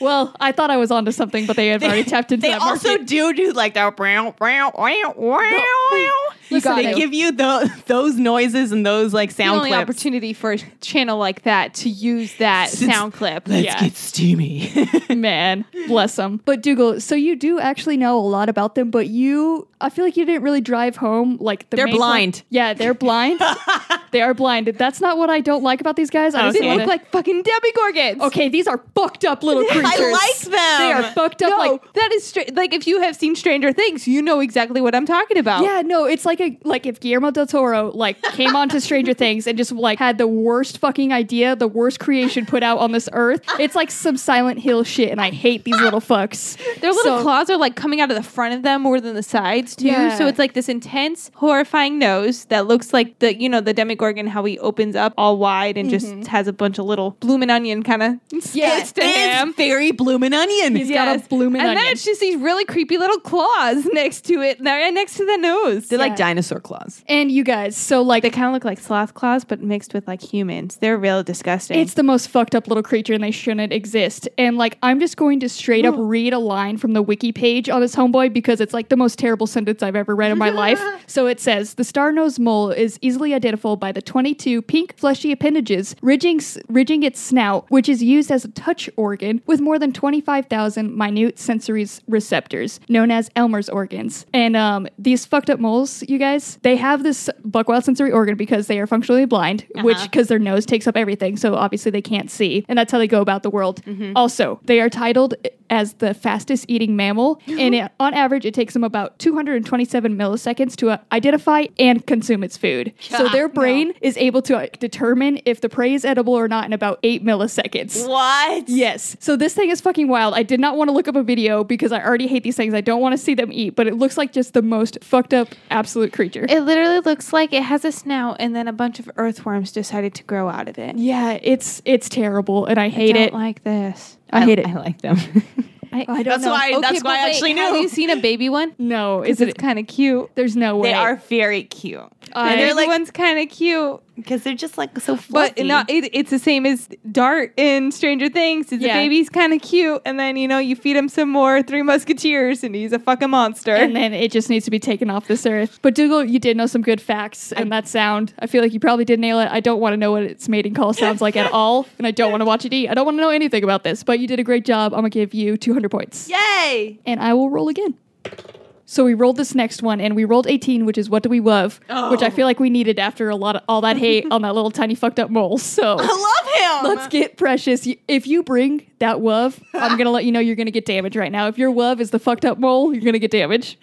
Speaker 1: well, I thought I was onto something, but they had already tapped into
Speaker 3: They
Speaker 1: that
Speaker 3: also
Speaker 1: market.
Speaker 3: do do like that. Wow, wow, wow, wow.
Speaker 1: You got
Speaker 3: they
Speaker 1: it.
Speaker 3: give you tho- those noises and those like
Speaker 2: The
Speaker 3: sound
Speaker 2: only
Speaker 3: clips.
Speaker 2: opportunity for a channel like that to use that
Speaker 3: Since-
Speaker 2: sound clip.
Speaker 3: Let's
Speaker 2: yeah.
Speaker 3: get steamy.
Speaker 1: Man, bless them. But Dougal, so you do actually know a lot about them, but you, I feel like you didn't really drive home like the
Speaker 3: They're
Speaker 1: main point-
Speaker 3: blind.
Speaker 1: Yeah, they're blind. they are blind. That's not what I don't like about these guys. I just
Speaker 2: they
Speaker 1: wanna-
Speaker 2: look like fucking Debbie Gorgons.
Speaker 1: okay, these are fucked up little creatures.
Speaker 3: like them.
Speaker 1: They are fucked up
Speaker 2: No,
Speaker 1: like
Speaker 2: that is stra- like if you have seen Stranger Things, you know exactly what I'm talking about.
Speaker 1: Yeah, no, it's like a like if Guillermo del Toro like came onto Stranger Things and just like had the worst fucking idea, the worst creation put out on this earth. It's like some Silent Hill shit, and I hate these little fucks.
Speaker 2: Their little
Speaker 1: So-
Speaker 2: claws are like coming out of the front of them more than the sides too.
Speaker 1: Yeah.
Speaker 2: So it's like this intense, horrifying nose that looks like the you know the Demogorgon how he opens up all wide and just has a bunch of little bloomin' onion kind of
Speaker 1: Yeah,
Speaker 2: skits to him.
Speaker 3: it's very bloomin' onion.
Speaker 1: He's got a bloomin'
Speaker 2: and
Speaker 1: onion.
Speaker 2: then it's just these really creepy little claws next to it, and they're next to the nose.
Speaker 3: They're
Speaker 1: Yeah.
Speaker 3: like dinosaur claws.
Speaker 1: And you guys, so like
Speaker 2: They kind of look like sloth claws, but mixed with like humans. They're real disgusting.
Speaker 1: it's the most fucked up little creature and they shouldn't exist. And like I'm just going to straight up read a line from the wiki page on this homeboy because it's like the most terrible sentence I've ever read in my life. So it says the star-nosed mole is easily identifiable by the 22 pink fleshy appendages ridging s- ridging its snout, which is used as a touch organ with more than 25,000 minute sensory s- receptors known as Elmer's organs. And um, these fucked up moles, you you guys, they have this buckwild sensory organ because they are functionally blind, which because their nose takes up everything, so obviously they can't see, and that's how they go about the world. Also, they are titled as the fastest eating mammal, and it, on average, it takes them about 227 milliseconds to uh, identify and consume its food. so
Speaker 3: God,
Speaker 1: their brain is able to uh, determine if the prey is edible or not in about eight milliseconds.
Speaker 3: What?
Speaker 1: Yes. So this thing is fucking wild. I did not want to look up a video because I already hate these things. I don't want to see them eat, but it looks like just the most fucked up absolute creature.
Speaker 2: It literally looks like it has a snout, and then a bunch of earthworms decided to grow out of it.
Speaker 1: yeah, it's it's terrible and I hate
Speaker 2: I don't
Speaker 1: it.
Speaker 2: like this.
Speaker 1: I hate it.
Speaker 3: I like them.
Speaker 1: I don't
Speaker 3: That's
Speaker 1: know.
Speaker 3: why- that's
Speaker 2: but
Speaker 3: why I
Speaker 2: wait,
Speaker 3: actually
Speaker 2: Have
Speaker 3: knew.
Speaker 2: you seen a baby one?
Speaker 1: No, is
Speaker 2: it's
Speaker 1: it
Speaker 2: kind of cute.
Speaker 1: there's no way.
Speaker 3: they are very cute.
Speaker 1: Uh,
Speaker 2: And
Speaker 1: And
Speaker 3: they're like
Speaker 2: one's kind of cute,
Speaker 3: because they're just like so fluffy.
Speaker 2: but not. It, it's the same as Dart in Stranger Things. It's
Speaker 1: Yeah.
Speaker 2: a baby's kind of cute, and then you know you feed him some more Three Musketeers, and he's a fucking monster.
Speaker 1: and then it just needs to be taken off this earth. But Dougal, you did know some good facts and that sound. I feel like you probably did nail it. I don't want to know what its mating call sounds like at all, and I don't want to watch it eat. I don't want to know anything about this, but you did a great job. I'm going to give you 200 points.
Speaker 3: Yay!
Speaker 1: and I will roll again. So we rolled this next one, and we rolled 18, which is what do we love, which
Speaker 3: Oh.
Speaker 1: I feel like we needed after a lot of all that hate on that little tiny fucked up mole. So
Speaker 3: Oh, I love him.
Speaker 1: let's get precious. You- If you bring that love, I'm gonna let you know you're gonna get damage right now. If your love is the fucked up mole, you're gonna get damage.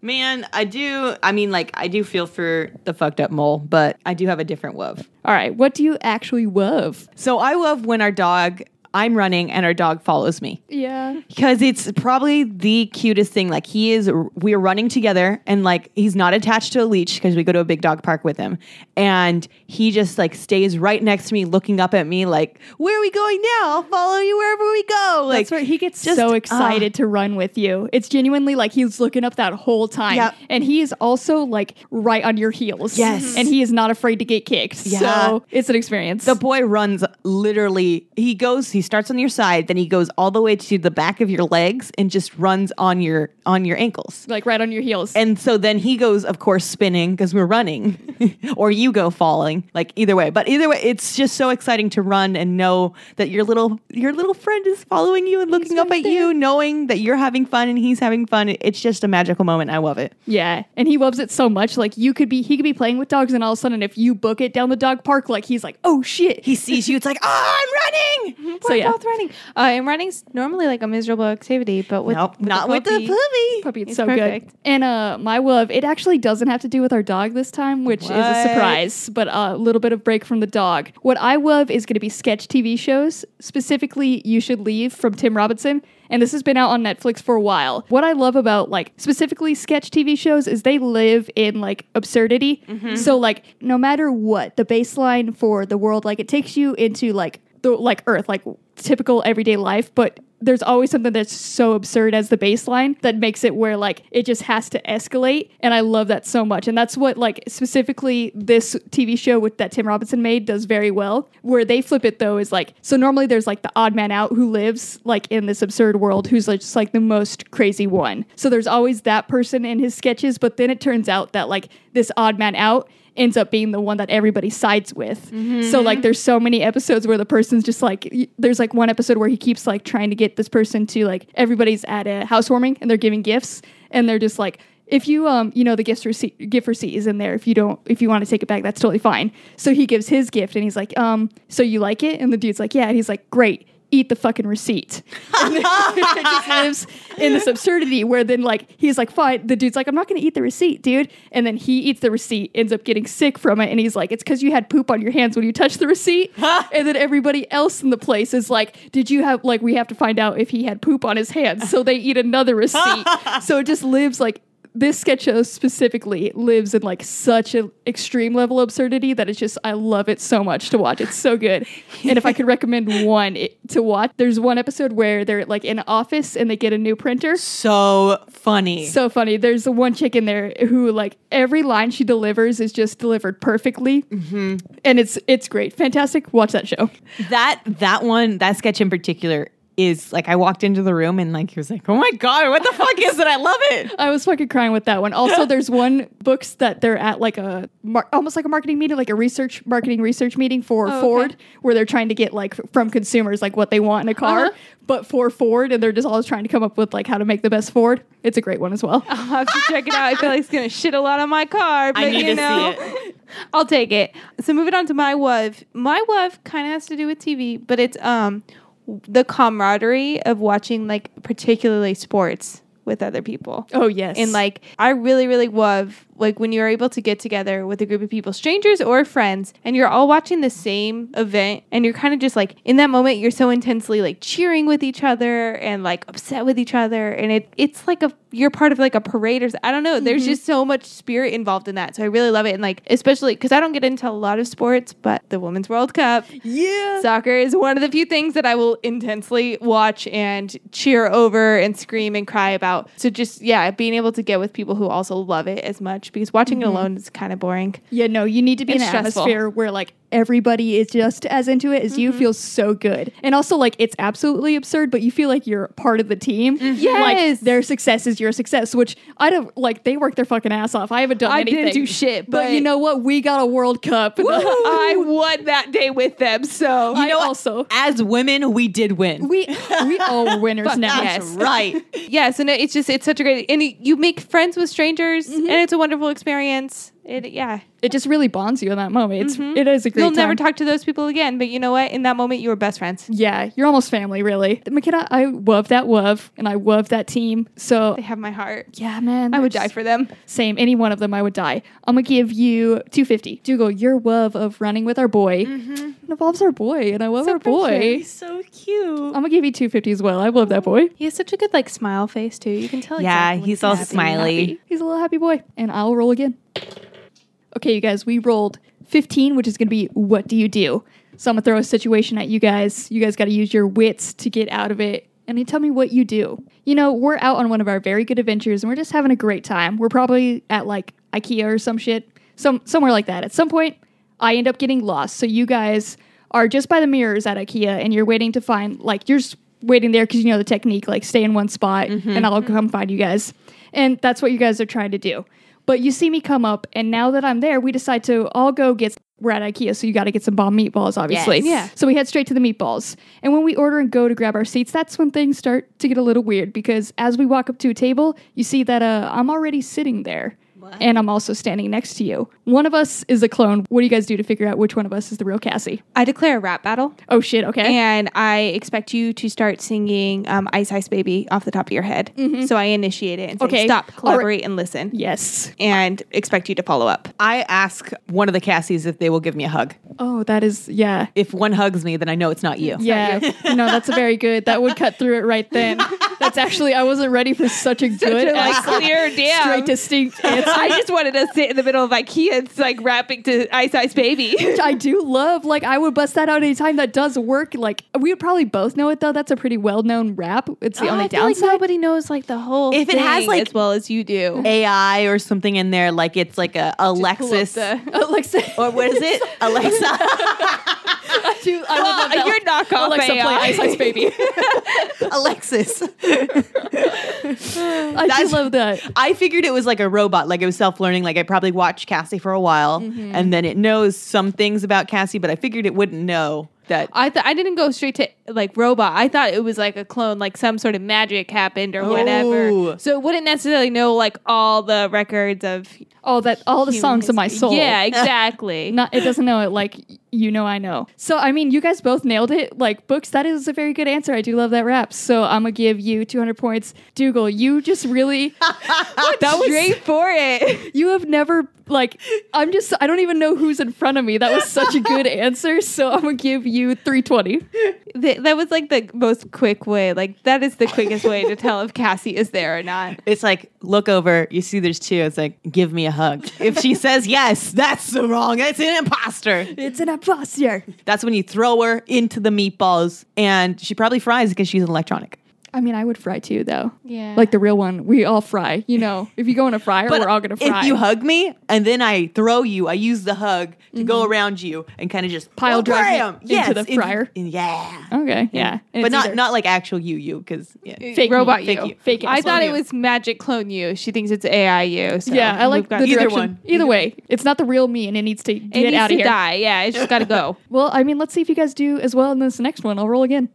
Speaker 3: Man, I do. I mean, like, I do feel for the fucked up mole, but I do have a different love.
Speaker 1: All right, what do you actually love?
Speaker 3: So I love when our dog, I'm running and our dog follows me
Speaker 1: Yeah,
Speaker 3: because it's probably the cutest thing. Like, he is, we're running together and like, he's not attached to a leash because we go to a big dog park with him. And he just like stays right next to me, looking up at me, like, where are we going now? I'll follow you wherever we go. Like,
Speaker 1: that's right. He gets
Speaker 3: just-
Speaker 1: so
Speaker 3: ah.
Speaker 1: excited to run with you. It's genuinely like he's looking up that whole time,
Speaker 3: Yep.
Speaker 1: and he is also like right on your heels.
Speaker 3: Yes.
Speaker 1: and he is not afraid to get kicked.
Speaker 3: Yeah.
Speaker 1: So it's an experience.
Speaker 3: The boy runs literally. He goes. He starts on your side, then he goes all the way to the back of your legs and just runs on your on your ankles.
Speaker 1: like right on your heels.
Speaker 3: And so then he goes, of course, spinning because we're running, or you go falling. Like either way, but either way, it's just so exciting to run and know that your little your little friend is following you and looking up
Speaker 1: right
Speaker 3: at
Speaker 1: there.
Speaker 3: you, knowing that you're having fun and he's having fun. It's just a magical moment. I love it.
Speaker 1: yeah, and he loves it so much. Like you could be, he could be playing with dogs, and all of a sudden, if you book it down the dog park, like he's like, oh shit.
Speaker 3: He sees you. It's like, oh, I'm running.
Speaker 2: We're
Speaker 1: yeah.
Speaker 2: both running. Uh, and running's normally like a miserable activity, but with
Speaker 3: Nope,
Speaker 2: with
Speaker 3: not
Speaker 2: the
Speaker 3: with the
Speaker 2: puppy-
Speaker 3: puppy.
Speaker 1: Puppy, it's
Speaker 2: He's
Speaker 1: so
Speaker 2: perfect.
Speaker 1: good. And uh, my love, it actually doesn't have to do with our dog this time, which is
Speaker 3: What?
Speaker 1: a surprise, but a little bit of break from the dog. What I love is going to be sketch TV shows, specifically You Should Leave from Tim Robinson. And this has been out on Netflix for a while. What I love about like specifically sketch TV shows is they live in like absurdity. So like no matter what, the baseline for the world like it takes you into like the like earth like typical everyday life but there's always something that's so absurd as the baseline that makes it where like it just has to escalate and i love that so much and that's what like specifically this tv show with that tim robinson made does very well where they flip it though is like so normally there's like the odd man out who lives like in this absurd world who's like, just like the most crazy one so there's always that person in his sketches but then it turns out that like this odd man out ends up being the one that everybody sides with. So like there's so many episodes where the person's just like y- there's like one episode where he keeps like trying to get this person to like everybody's at a housewarming and they're giving gifts and they're just like if you um you know the gift receipt gift receipt is in there if you don't if you want to take it back that's totally fine. So he gives his gift and he's like um so you like it and the dude's like yeah and he's like great eat the fucking receipt. And then it just lives in this absurdity where then like he's like, fine. The dude's like, I'm not gonna eat the receipt, dude. And then he eats the receipt, ends up getting sick from it, and he's like, It's because you had poop on your hands when you touched the receipt. and then everybody else in the place is like, Did you have like we have to find out if he had poop on his hands? So they eat another receipt. so it just lives like this sketch show specifically lives in like such an extreme level of absurdity that it's just I love it so much to watch. It's so good. and if I could recommend one it, to watch, there's one episode where they're like in an office and they get a new printer.
Speaker 3: So funny.
Speaker 1: So funny. There's the one chick in there who like every line she delivers is just delivered perfectly, and it's it's great, fantastic. Watch that show.
Speaker 3: that that one that sketch in particular is like I walked into the room and like he was like, "Oh my god, what the fuck is it? I love it."
Speaker 1: I was fucking crying with that one. Also, there's one books that they're at like a mar- almost like a marketing meeting, like a research marketing research meeting for
Speaker 2: Oh, okay.
Speaker 1: Ford, where they're trying to get like f- from consumers like what they want in a car,
Speaker 2: Uh-huh.
Speaker 1: but for Ford, and they're just always trying to come up with like how to make the best Ford. It's a great one as well.
Speaker 2: I'll have to check it out. I feel like it's gonna shit a lot on my car, but
Speaker 3: need
Speaker 2: you
Speaker 3: to
Speaker 2: know,
Speaker 3: see
Speaker 2: I'll take it. So moving on to my wuv. My wuv kind of has to do with TV, but it's um the camaraderie of watching like particularly sports with other people.
Speaker 1: Oh yes,
Speaker 2: And like, I really, really love like when you're able to get together with a group of people, strangers or friends, and you're all watching the same event, and you're kind of just like in that moment, you're so intensely like cheering with each other and like upset with each other, and it it's like a you're part of like a parade or s- I don't know. There's just so much spirit involved in that, so I really love it, and like especially because I don't get into a lot of sports, but the Women's World Cup,
Speaker 3: yeah.
Speaker 2: Soccer is one of the few things that I will intensely watch and cheer over and scream and cry about. So just yeah, being able to get with people who also love it as much because watching it alone is kind of boring.
Speaker 1: yeah, no, you need to be in
Speaker 2: It's
Speaker 1: an
Speaker 2: stressful. Mm-hmm.
Speaker 1: atmosphere where like everybody is just as into it as you. Feels so good, and also like it's absolutely absurd, but you feel like you're part of the team.
Speaker 2: Mm-hmm. Yes.
Speaker 1: like their success is your success, which I don't like. They work their fucking ass off. I haven't done
Speaker 2: I
Speaker 1: anything.
Speaker 2: didn't do shit,
Speaker 1: But,
Speaker 2: but,
Speaker 1: you know what? We got a World Cup.
Speaker 2: I won that day with them. So
Speaker 1: you know
Speaker 3: what?
Speaker 1: also
Speaker 3: As women, we did win.
Speaker 1: we we all are winners now.
Speaker 2: yes.
Speaker 3: That's right.
Speaker 2: yeah, so no, it's just it's such a great and you- you make friends with strangers and it's a wonderful experience. It yeah,
Speaker 1: It just really bonds you in that moment. It's it is a great.
Speaker 2: Mm-hmm. you'll never
Speaker 1: time.
Speaker 2: talk to those people again, but you know what? In that moment, you were best friends.
Speaker 1: Yeah, you're almost family, really. McKenna, I love that love, and I love that team. So
Speaker 2: They have my heart.
Speaker 1: yeah, man,
Speaker 2: I would
Speaker 1: there's-
Speaker 2: die for them.
Speaker 1: Same, any one of them, I would die. I'm gonna give you 250. Dougal, your love of running with our boy involves our boy, and I love
Speaker 2: Mm-hmm. So
Speaker 1: our boy.
Speaker 2: precious.
Speaker 3: He's so cute.
Speaker 1: I'm gonna give you 250 as well. I love that boy.
Speaker 2: He has such a good like smile face too. You can tell.
Speaker 3: Yeah,
Speaker 2: exactly when
Speaker 3: he's all
Speaker 2: happy.
Speaker 3: smiley.
Speaker 1: He's a little happy boy, and I'll roll again. Okay, you guys, we rolled 15, which is going to be what do you do? So I'm going to throw a situation at you guys. You guys got to use your wits to get out of it. And you tell me what you do. You know, we're out on one of our very good adventures and we're just having a great time. We're probably at like IKEA or some shit, some somewhere like that. At some point, I end up getting lost. So you guys are just by the mirrors at IKEA and you're waiting to find like you're just waiting there because you know the technique, like stay in one spot and I'll come find you guys. And that's what you guys are trying to do. But you see me come up, and now that I'm there, we decide to all go get. We're at IKEA, so you got to get some bomb meatballs, obviously.
Speaker 3: Yes.
Speaker 2: Yeah.
Speaker 1: So we head straight to the meatballs. And when we order and go to grab our seats, that's when things start to get a little weird because as we walk up to a table, you see that uh, I'm already sitting there. And I'm also standing next to you. One of us is a clone. What do you guys do to figure out which one of us is the real Cassie?
Speaker 2: I declare a rap battle,
Speaker 1: Oh shit, okay.
Speaker 2: and I expect you to start singing um, "Ice Ice Baby" off the top of your head. So I initiate it and say,
Speaker 1: Okay.
Speaker 2: "Stop,
Speaker 1: All right.
Speaker 2: collaborate, and listen,"
Speaker 1: yes.
Speaker 2: and expect you to follow up.
Speaker 3: I ask one of the Cassies if they will give me a hug.
Speaker 1: Oh, that is, yeah.
Speaker 3: If one hugs me, then I know it's not you.
Speaker 1: Yeah. no, that's a very good. That would cut through it right then. That's actually, I wasn't ready for such a good,
Speaker 2: Like,
Speaker 1: ass-
Speaker 2: clear, damn.
Speaker 1: straight, distinct answer.
Speaker 2: I just wanted to sit in the middle of IKEA. It's like rapping to "Ice Ice Baby."
Speaker 1: which I do love. Like I would bust that out anytime that does work. Like we would probably both know it though. That's a pretty well known rap. It's the only
Speaker 2: Oh, I feel like
Speaker 1: downside.
Speaker 2: nobody knows like the whole
Speaker 3: If it has,
Speaker 2: thing
Speaker 3: like-
Speaker 2: as well as you do.
Speaker 3: AI or something in there, like it's like a Alexis.
Speaker 2: the-
Speaker 1: Alexa,
Speaker 3: or what is it? Alexa.
Speaker 1: I, do, I would love that.
Speaker 2: your knockoff
Speaker 1: Alexa, play
Speaker 2: AI.
Speaker 1: Ice Ice Baby.
Speaker 3: Alexis.
Speaker 1: I do
Speaker 3: That's-
Speaker 1: love that.
Speaker 3: I figured it was like a robot, like it was self learning. Like I probably watched Cassie for a while
Speaker 2: Mm-hmm.
Speaker 3: and then it knows some things about Cassie, but I figured it wouldn't know that.
Speaker 2: I thought I didn't go straight to like robot. I thought it was like a clone, like some sort of magic happened or
Speaker 3: Oh.
Speaker 2: whatever. So it wouldn't necessarily know like all the records of
Speaker 1: All that, all the songs of my
Speaker 2: history.
Speaker 1: soul.
Speaker 2: Yeah, exactly.
Speaker 1: Not, it doesn't know it like you know I know. So I mean, you guys both nailed it. Like books, that is a very good answer. I do love that rap. So I'm gonna give you 200 points, Dougal. You just really that was
Speaker 2: Straight for it.
Speaker 1: You have never like I'm just I don't even know who's in front of me. That was such a good answer, so I'm gonna give you 320.
Speaker 2: Th- that was like the most quick way. Like that is the quickest way to tell if Cassie is there or not.
Speaker 3: It's like, look over, you see there's two. It's like, give me a hug. If she says yes, that's the wrong. It's an imposter.
Speaker 1: It's an imposter.
Speaker 3: That's when you throw her into the meatballs and she probably fries because she's electronic.
Speaker 1: I mean, I would fry too, though.
Speaker 2: Yeah.
Speaker 1: Like the real one, we all fry. You know, if you go in a fryer,
Speaker 3: But
Speaker 1: we're all gonna fry.
Speaker 3: If you hug me and then I throw you, I use the hug to go around you and kind of just
Speaker 1: Mm-hmm. Pile drive you
Speaker 3: Wham!
Speaker 1: into the fryer?
Speaker 3: in- yeah.
Speaker 1: okay, yeah, And
Speaker 3: but
Speaker 1: it's
Speaker 3: not
Speaker 1: either-
Speaker 3: not like actual you you because yeah.
Speaker 1: Fake
Speaker 2: robot
Speaker 1: me,
Speaker 2: you.
Speaker 1: fake you, fake it,
Speaker 2: I thought
Speaker 1: clone
Speaker 2: it
Speaker 1: you.
Speaker 2: was magic clone you. She thinks it's AI you. So
Speaker 1: Yeah, I like
Speaker 2: we've got-
Speaker 1: the
Speaker 3: Either
Speaker 1: direction.
Speaker 3: one.
Speaker 1: Either way, it's not the real me, and it needs to
Speaker 2: it
Speaker 1: get
Speaker 2: needs
Speaker 1: out
Speaker 2: to
Speaker 1: of here.
Speaker 2: die. Yeah, it's just got to go.
Speaker 1: Well, I mean, let's see if you guys do as well in this next one. I'll roll again.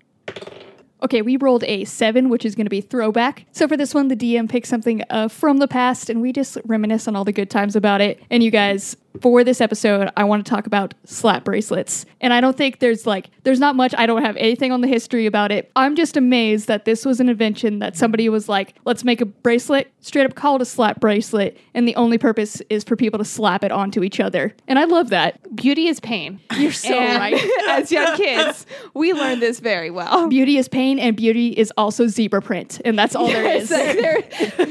Speaker 1: Okay, we rolled a seven, which is going to be throwback. So for this one, the DM picks something uh, from the past, and we just reminisce on all the good times about it. And you guys, for this episode, I want to talk about slap bracelets. And I don't think there's like, there's not much. I don't have anything on the history about it. I'm just amazed that this was an invention that somebody was like, let's make a bracelet, straight up called a slap bracelet, and the only purpose is for people to slap it onto each other. And I love that.
Speaker 2: Beauty is pain.
Speaker 1: You're so
Speaker 2: And
Speaker 1: right.
Speaker 2: as young kids, we learned this very well.
Speaker 1: Beauty is pain, and beauty is also zebra print, and that's all there is.
Speaker 2: There-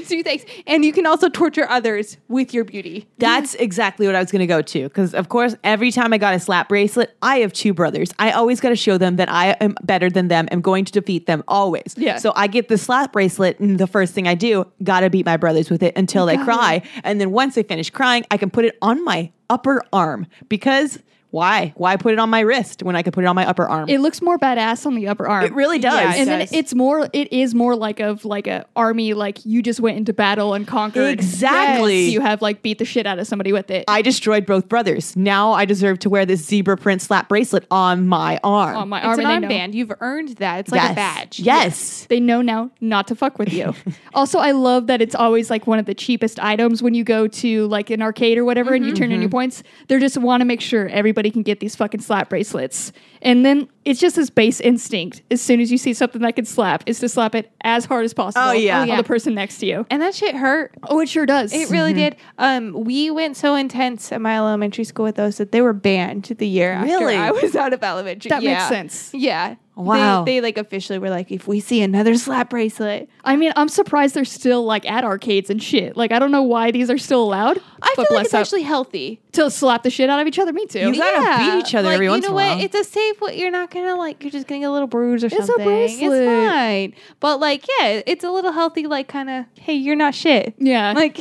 Speaker 2: two things, and you can also torture others with your beauty.
Speaker 3: That's exactly what I was going to go to because of course every time I got a slap bracelet, I have two brothers. I always got to show them that I am better than them. I'm going to defeat them always.
Speaker 1: Yeah.
Speaker 3: So I get the slap bracelet, and the first thing I do, gotta beat my brothers with it until they cry, and then once they finish crying, I can put it on my upper arm because why? Why put it on my wrist when I could put it on my upper arm?
Speaker 1: It looks more badass on the upper arm.
Speaker 3: It really does.
Speaker 2: Yeah,
Speaker 1: and then
Speaker 2: does.
Speaker 1: it's more. It is more like of like a army. Like you just went into battle and conquered.
Speaker 3: Exactly.
Speaker 1: Yes, you have like beat the shit out of somebody with it
Speaker 3: I destroyed both brothers. Now I deserve to wear this zebra print slap bracelet on my arm.
Speaker 1: on Oh, my
Speaker 2: It's
Speaker 1: arm.
Speaker 2: an
Speaker 1: and they know.
Speaker 2: armband. You've earned that. It's like
Speaker 3: yes.
Speaker 2: a badge.
Speaker 3: Yes.
Speaker 1: They know now not to fuck with you. also, I love that it's always like one of the cheapest items when you go to like an arcade or whatever and you turn
Speaker 3: Mm-hmm.
Speaker 1: in your points. They just want to make sure everybody can get these fucking slap bracelets. And then it's just this base instinct as soon as you see something that can slap is to slap it as hard as possible
Speaker 3: Oh, yeah.
Speaker 1: on
Speaker 2: Yeah.
Speaker 1: the person next to you.
Speaker 2: And that shit hurt.
Speaker 1: Oh, it sure does.
Speaker 2: It really
Speaker 3: Mm-hmm.
Speaker 2: did. Um, we went so intense at my elementary school with those that they were banned the year
Speaker 3: Really?
Speaker 2: after I was out of elementary.
Speaker 1: That makes
Speaker 2: Yeah.
Speaker 1: sense.
Speaker 2: Yeah.
Speaker 3: Wow.
Speaker 2: They, they like officially were like, if we see another slap bracelet,
Speaker 1: I mean, I'm surprised they're still like at arcades and shit. Like, I don't know why these are still allowed.
Speaker 2: I
Speaker 1: but
Speaker 2: feel like
Speaker 1: bless
Speaker 2: it's
Speaker 1: up.
Speaker 2: actually healthy.
Speaker 1: to slap the shit out of each other. Me too.
Speaker 3: You gotta beat each other
Speaker 2: like,
Speaker 3: every
Speaker 2: you
Speaker 3: once
Speaker 2: know
Speaker 3: in a
Speaker 2: what?
Speaker 3: while.
Speaker 2: It's a safe. What you're not gonna like. You're just gonna get a little bruise or
Speaker 1: a
Speaker 2: something.
Speaker 1: bracelet.
Speaker 2: It's fine. But like, yeah, it's a little healthy. Like, kind of. Hey, you're not shit.
Speaker 1: yeah.
Speaker 2: Like,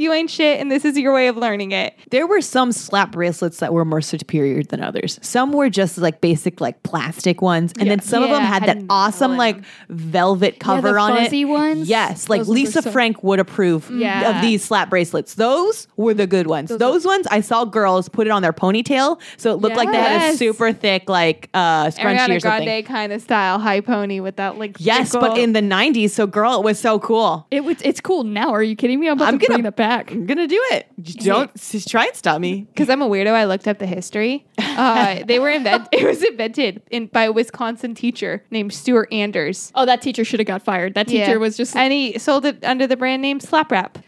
Speaker 2: you ain't shit, and this is your way of learning it.
Speaker 3: There were some slap bracelets that were more superior than others. Some were just like basic like plastic ones, and then some of them
Speaker 2: Yeah,
Speaker 3: had
Speaker 2: had
Speaker 3: that
Speaker 2: metal
Speaker 3: awesome
Speaker 2: in
Speaker 3: like
Speaker 2: them.
Speaker 3: velvet cover on it.
Speaker 1: fuzzy ones?
Speaker 3: Yes, like
Speaker 1: Those ones are
Speaker 3: Lisa
Speaker 1: so-
Speaker 3: Frank would approve
Speaker 1: Yeah.
Speaker 3: of these slap bracelets. Those were the good ones. Those, ones I saw girls put it on their ponytail, so it looked like they had a
Speaker 2: Yes.
Speaker 3: super thick like uh scrunchie or
Speaker 2: Ariana
Speaker 3: something.
Speaker 2: Grande kind of style, high pony with that like.
Speaker 3: Yes, but
Speaker 2: circle.
Speaker 3: in the '90s, so girl, it was so cool.
Speaker 1: It was, it's cool now. Are you kidding me? I'm about
Speaker 3: I'm
Speaker 1: to
Speaker 3: gonna-
Speaker 1: bring it back.
Speaker 3: I'm gonna do it. Just Don't s- try and stop me.
Speaker 2: because I'm a weirdo, I looked up the history. Uh, they were invented. It was invented in, by a Wisconsin teacher named Stuart Anders.
Speaker 1: Oh, that teacher should have got fired. That teacher
Speaker 2: Yeah.
Speaker 1: was just.
Speaker 2: and he sold it under the brand name Slap Wrap.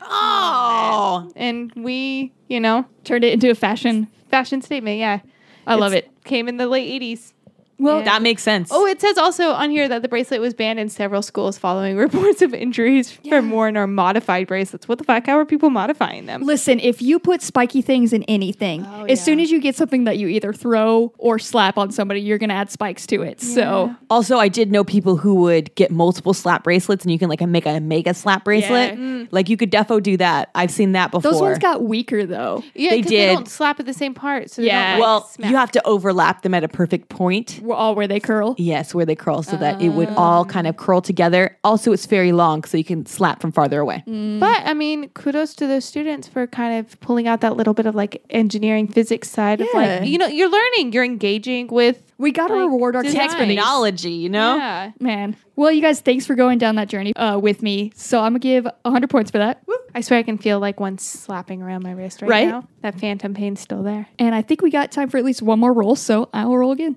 Speaker 3: Oh,
Speaker 2: And we, you know,
Speaker 1: turned it into a fashion.
Speaker 2: fashion statement. Yeah,
Speaker 1: I love it.
Speaker 2: Came in the late '80s.
Speaker 1: Well,
Speaker 3: that makes sense.
Speaker 2: Oh, it says also on here that the bracelet was banned in several schools following reports of injuries from worn or modified bracelets. What the fuck? How are people modifying them?
Speaker 1: listen, if you put spiky things in anything,
Speaker 2: Oh,
Speaker 1: as
Speaker 2: yeah.
Speaker 1: soon as you get something that you either throw or slap on somebody, you're going to add spikes to it. So,
Speaker 3: Also, I did know people who would get multiple slap bracelets, and you can like make a mega slap bracelet.
Speaker 1: Yeah. Mm.
Speaker 3: Like you could defo do that. I've seen that before.
Speaker 1: those ones got weaker, though.
Speaker 2: Yeah,
Speaker 3: They
Speaker 2: 'cause
Speaker 3: did.
Speaker 2: don't slap at the same part, so they
Speaker 1: Yeah.
Speaker 2: yeah. Don't, like,
Speaker 3: well.
Speaker 2: smack.
Speaker 3: You have to overlap them at a perfect point.
Speaker 1: We're all where they curl.
Speaker 3: Yes, where they curl, so that it would
Speaker 1: Oh.
Speaker 3: all kind of curl together. Also, it's very long, so you can slap from farther away.
Speaker 1: Mm.
Speaker 2: But I mean, kudos to those students for kind of pulling out that little bit of like engineering physics side of
Speaker 1: Yeah.
Speaker 2: like you know you're learning, you're engaging with.
Speaker 1: We got to
Speaker 2: Like,
Speaker 1: reward our
Speaker 2: design.
Speaker 1: tech
Speaker 2: Nice.
Speaker 3: Technology, you know.
Speaker 2: Yeah.
Speaker 1: Man. Well, you guys, thanks for going down that journey uh, with me. So I'm going to give 100 points for that.
Speaker 2: I swear I can feel like one slapping around my wrist right,
Speaker 1: Right?
Speaker 2: now. That phantom pain's still there.
Speaker 1: And I think we got time for at least one more roll, so I will roll again.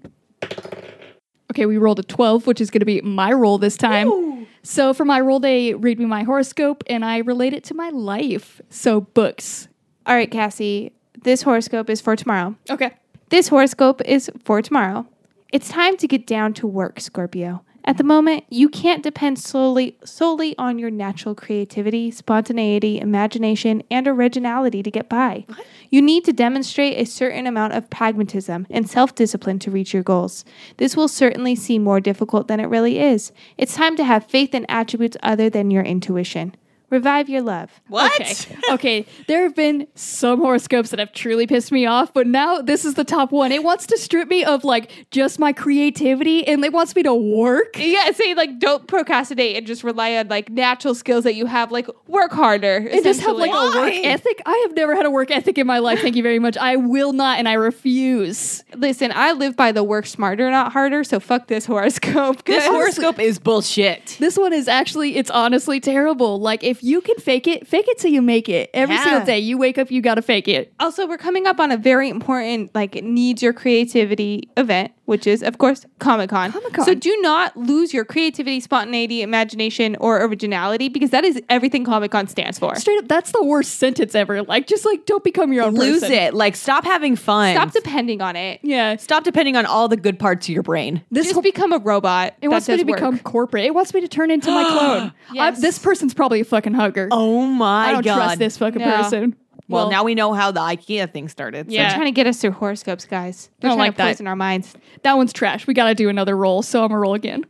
Speaker 1: Okay, we rolled a 12, which is going to be my roll this time. So for my roll, they read me my horoscope and I relate it to my life. So books.
Speaker 2: All right, Cassie, this horoscope is for tomorrow.
Speaker 1: Okay.
Speaker 2: This horoscope is for tomorrow. It's time to get down to work, Scorpio. at the moment, you can't depend solely solely on your natural creativity, spontaneity, imagination, and originality to get by. You need to demonstrate a certain amount of pragmatism and self-discipline to reach your goals. This will certainly seem more difficult than it really is. It's time to have faith in attributes other than your intuition. Revive your love.
Speaker 3: What?
Speaker 1: Okay. okay. There have been some horoscopes that have truly pissed me off, but now this is the top one. It wants to strip me of like just my creativity and it wants me to work.
Speaker 2: Yeah, say like don't procrastinate and just rely on like natural skills that you have. Like work harder.
Speaker 1: And just have like a work
Speaker 3: Why?
Speaker 1: ethic. I have never had a work ethic in my life. Thank you very much. I will not and I refuse.
Speaker 2: Listen, I live by the work smarter, not harder. So fuck this horoscope.
Speaker 3: This
Speaker 2: guys.
Speaker 3: horoscope is bullshit.
Speaker 1: This one is actually, it's honestly terrible. Like, if you can fake it, fake it till you make it. Every
Speaker 3: Yeah.
Speaker 1: single day you wake up, you gotta fake it.
Speaker 2: also, we're coming up on a very important like needs your creativity event, which is of course Comic Con.
Speaker 1: Comic-Con.
Speaker 2: So do not lose your creativity, spontaneity, imagination, or originality because that is everything Comic Con stands for.
Speaker 1: Straight up, that's the worst sentence ever. Like, just like, don't become your own
Speaker 3: Lose
Speaker 1: person.
Speaker 3: it. Like stop having fun.
Speaker 2: Stop depending on it.
Speaker 1: Yeah.
Speaker 3: Stop depending on all the good parts of your brain.
Speaker 1: This
Speaker 2: just become a robot.
Speaker 1: It wants me to become corporate. It wants me to turn into my clone.
Speaker 2: Yes.
Speaker 1: I- this person's probably a fucking hugger.
Speaker 3: Oh my
Speaker 1: I don't
Speaker 3: god.
Speaker 1: trust this fucking
Speaker 2: No.
Speaker 1: person.
Speaker 3: Well, now we know how the IKEA thing started. so-
Speaker 1: Yeah.
Speaker 2: They're trying to get us through horoscopes, guys. They're
Speaker 1: don't
Speaker 2: trying
Speaker 1: like
Speaker 2: to
Speaker 1: that.
Speaker 2: poison our minds.
Speaker 1: that one's trash. We got to do another roll, so I'm gonna roll again.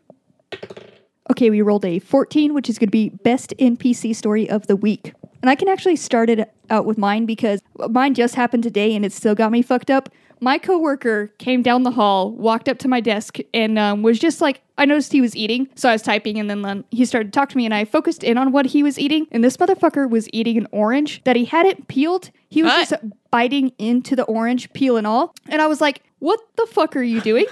Speaker 1: Okay, we rolled a 14, which is going to be best NPC story of the week. And I can actually start it out with mine because mine just happened today and it still got me fucked up. My coworker came down the hall, walked up to my desk, and um, was just like, I noticed he was eating. So I was typing, and then um, he started to talk to me, and I focused in on what he was eating. And this motherfucker was eating an orange that he hadn't peeled. He was
Speaker 3: What?
Speaker 1: just biting into the orange, peel and all. And I was like, what the fuck are you doing?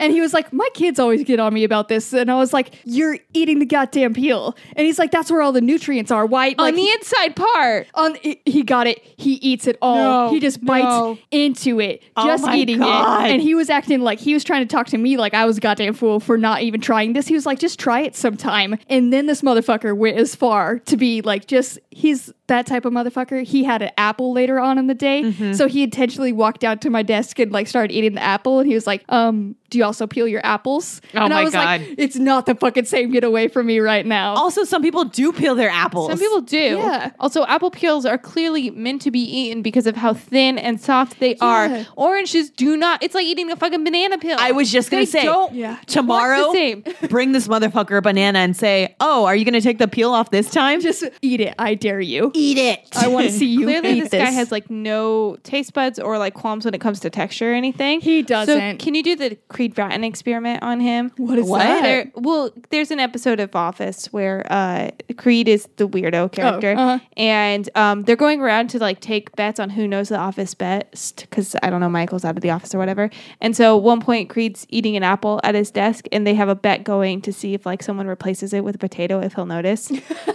Speaker 1: And he was like, My kids always get on me about this. And I was like, You're eating the goddamn peel. And he's like, That's where all the nutrients are. Why? Like,
Speaker 2: on the inside part.
Speaker 1: on he- he got it. He eats it all.
Speaker 2: No,
Speaker 1: he just bites
Speaker 2: no.
Speaker 1: into it,
Speaker 3: Oh
Speaker 1: just
Speaker 3: my
Speaker 1: eating
Speaker 3: God.
Speaker 1: it. And he was acting like he was trying to talk to me like I was a goddamn fool for not even trying this. He was like, just try it sometime. And then this motherfucker went as far to be like, just he's that type of motherfucker. He had an apple later on in the day,
Speaker 3: Mm-hmm.
Speaker 1: so he intentionally walked down to my desk and like started eating the apple. And he was like, um. Do you also peel your apples?
Speaker 3: Oh
Speaker 1: and I
Speaker 3: my
Speaker 1: was
Speaker 3: God.
Speaker 1: like, it's not the fucking same. Get away from me right now.
Speaker 3: Also, some people do peel their apples.
Speaker 2: Some people do.
Speaker 1: Yeah.
Speaker 2: Also, apple peels are clearly meant to be eaten because of how thin and soft they
Speaker 1: Yeah.
Speaker 2: are. Oranges do not. It's like eating a fucking banana peel.
Speaker 3: I was just gonna
Speaker 2: They
Speaker 3: say
Speaker 2: don't
Speaker 1: Yeah.
Speaker 3: tomorrow
Speaker 2: look the same.
Speaker 3: bring this motherfucker a banana and say, Oh, are you gonna take the peel off this time?
Speaker 1: Just eat it. I dare you.
Speaker 3: eat it.
Speaker 1: I want to see you
Speaker 2: Clearly,
Speaker 1: eat
Speaker 2: this, guy has like no taste buds or like qualms when it comes to texture or anything.
Speaker 1: He
Speaker 2: So
Speaker 1: doesn't.
Speaker 2: can you do the Creed Bratton experiment on him?
Speaker 1: what is
Speaker 3: What?
Speaker 1: that?
Speaker 2: There, well, there's an episode of Office where uh, Creed is the weirdo character,
Speaker 1: uh-huh.
Speaker 2: and um, they're going around to like take bets on who knows the office best because I don't know Michael's out of the office or whatever. And so, at one point, Creed's eating an apple at his desk, and they have a bet going to see if like someone replaces it with a potato if he'll notice.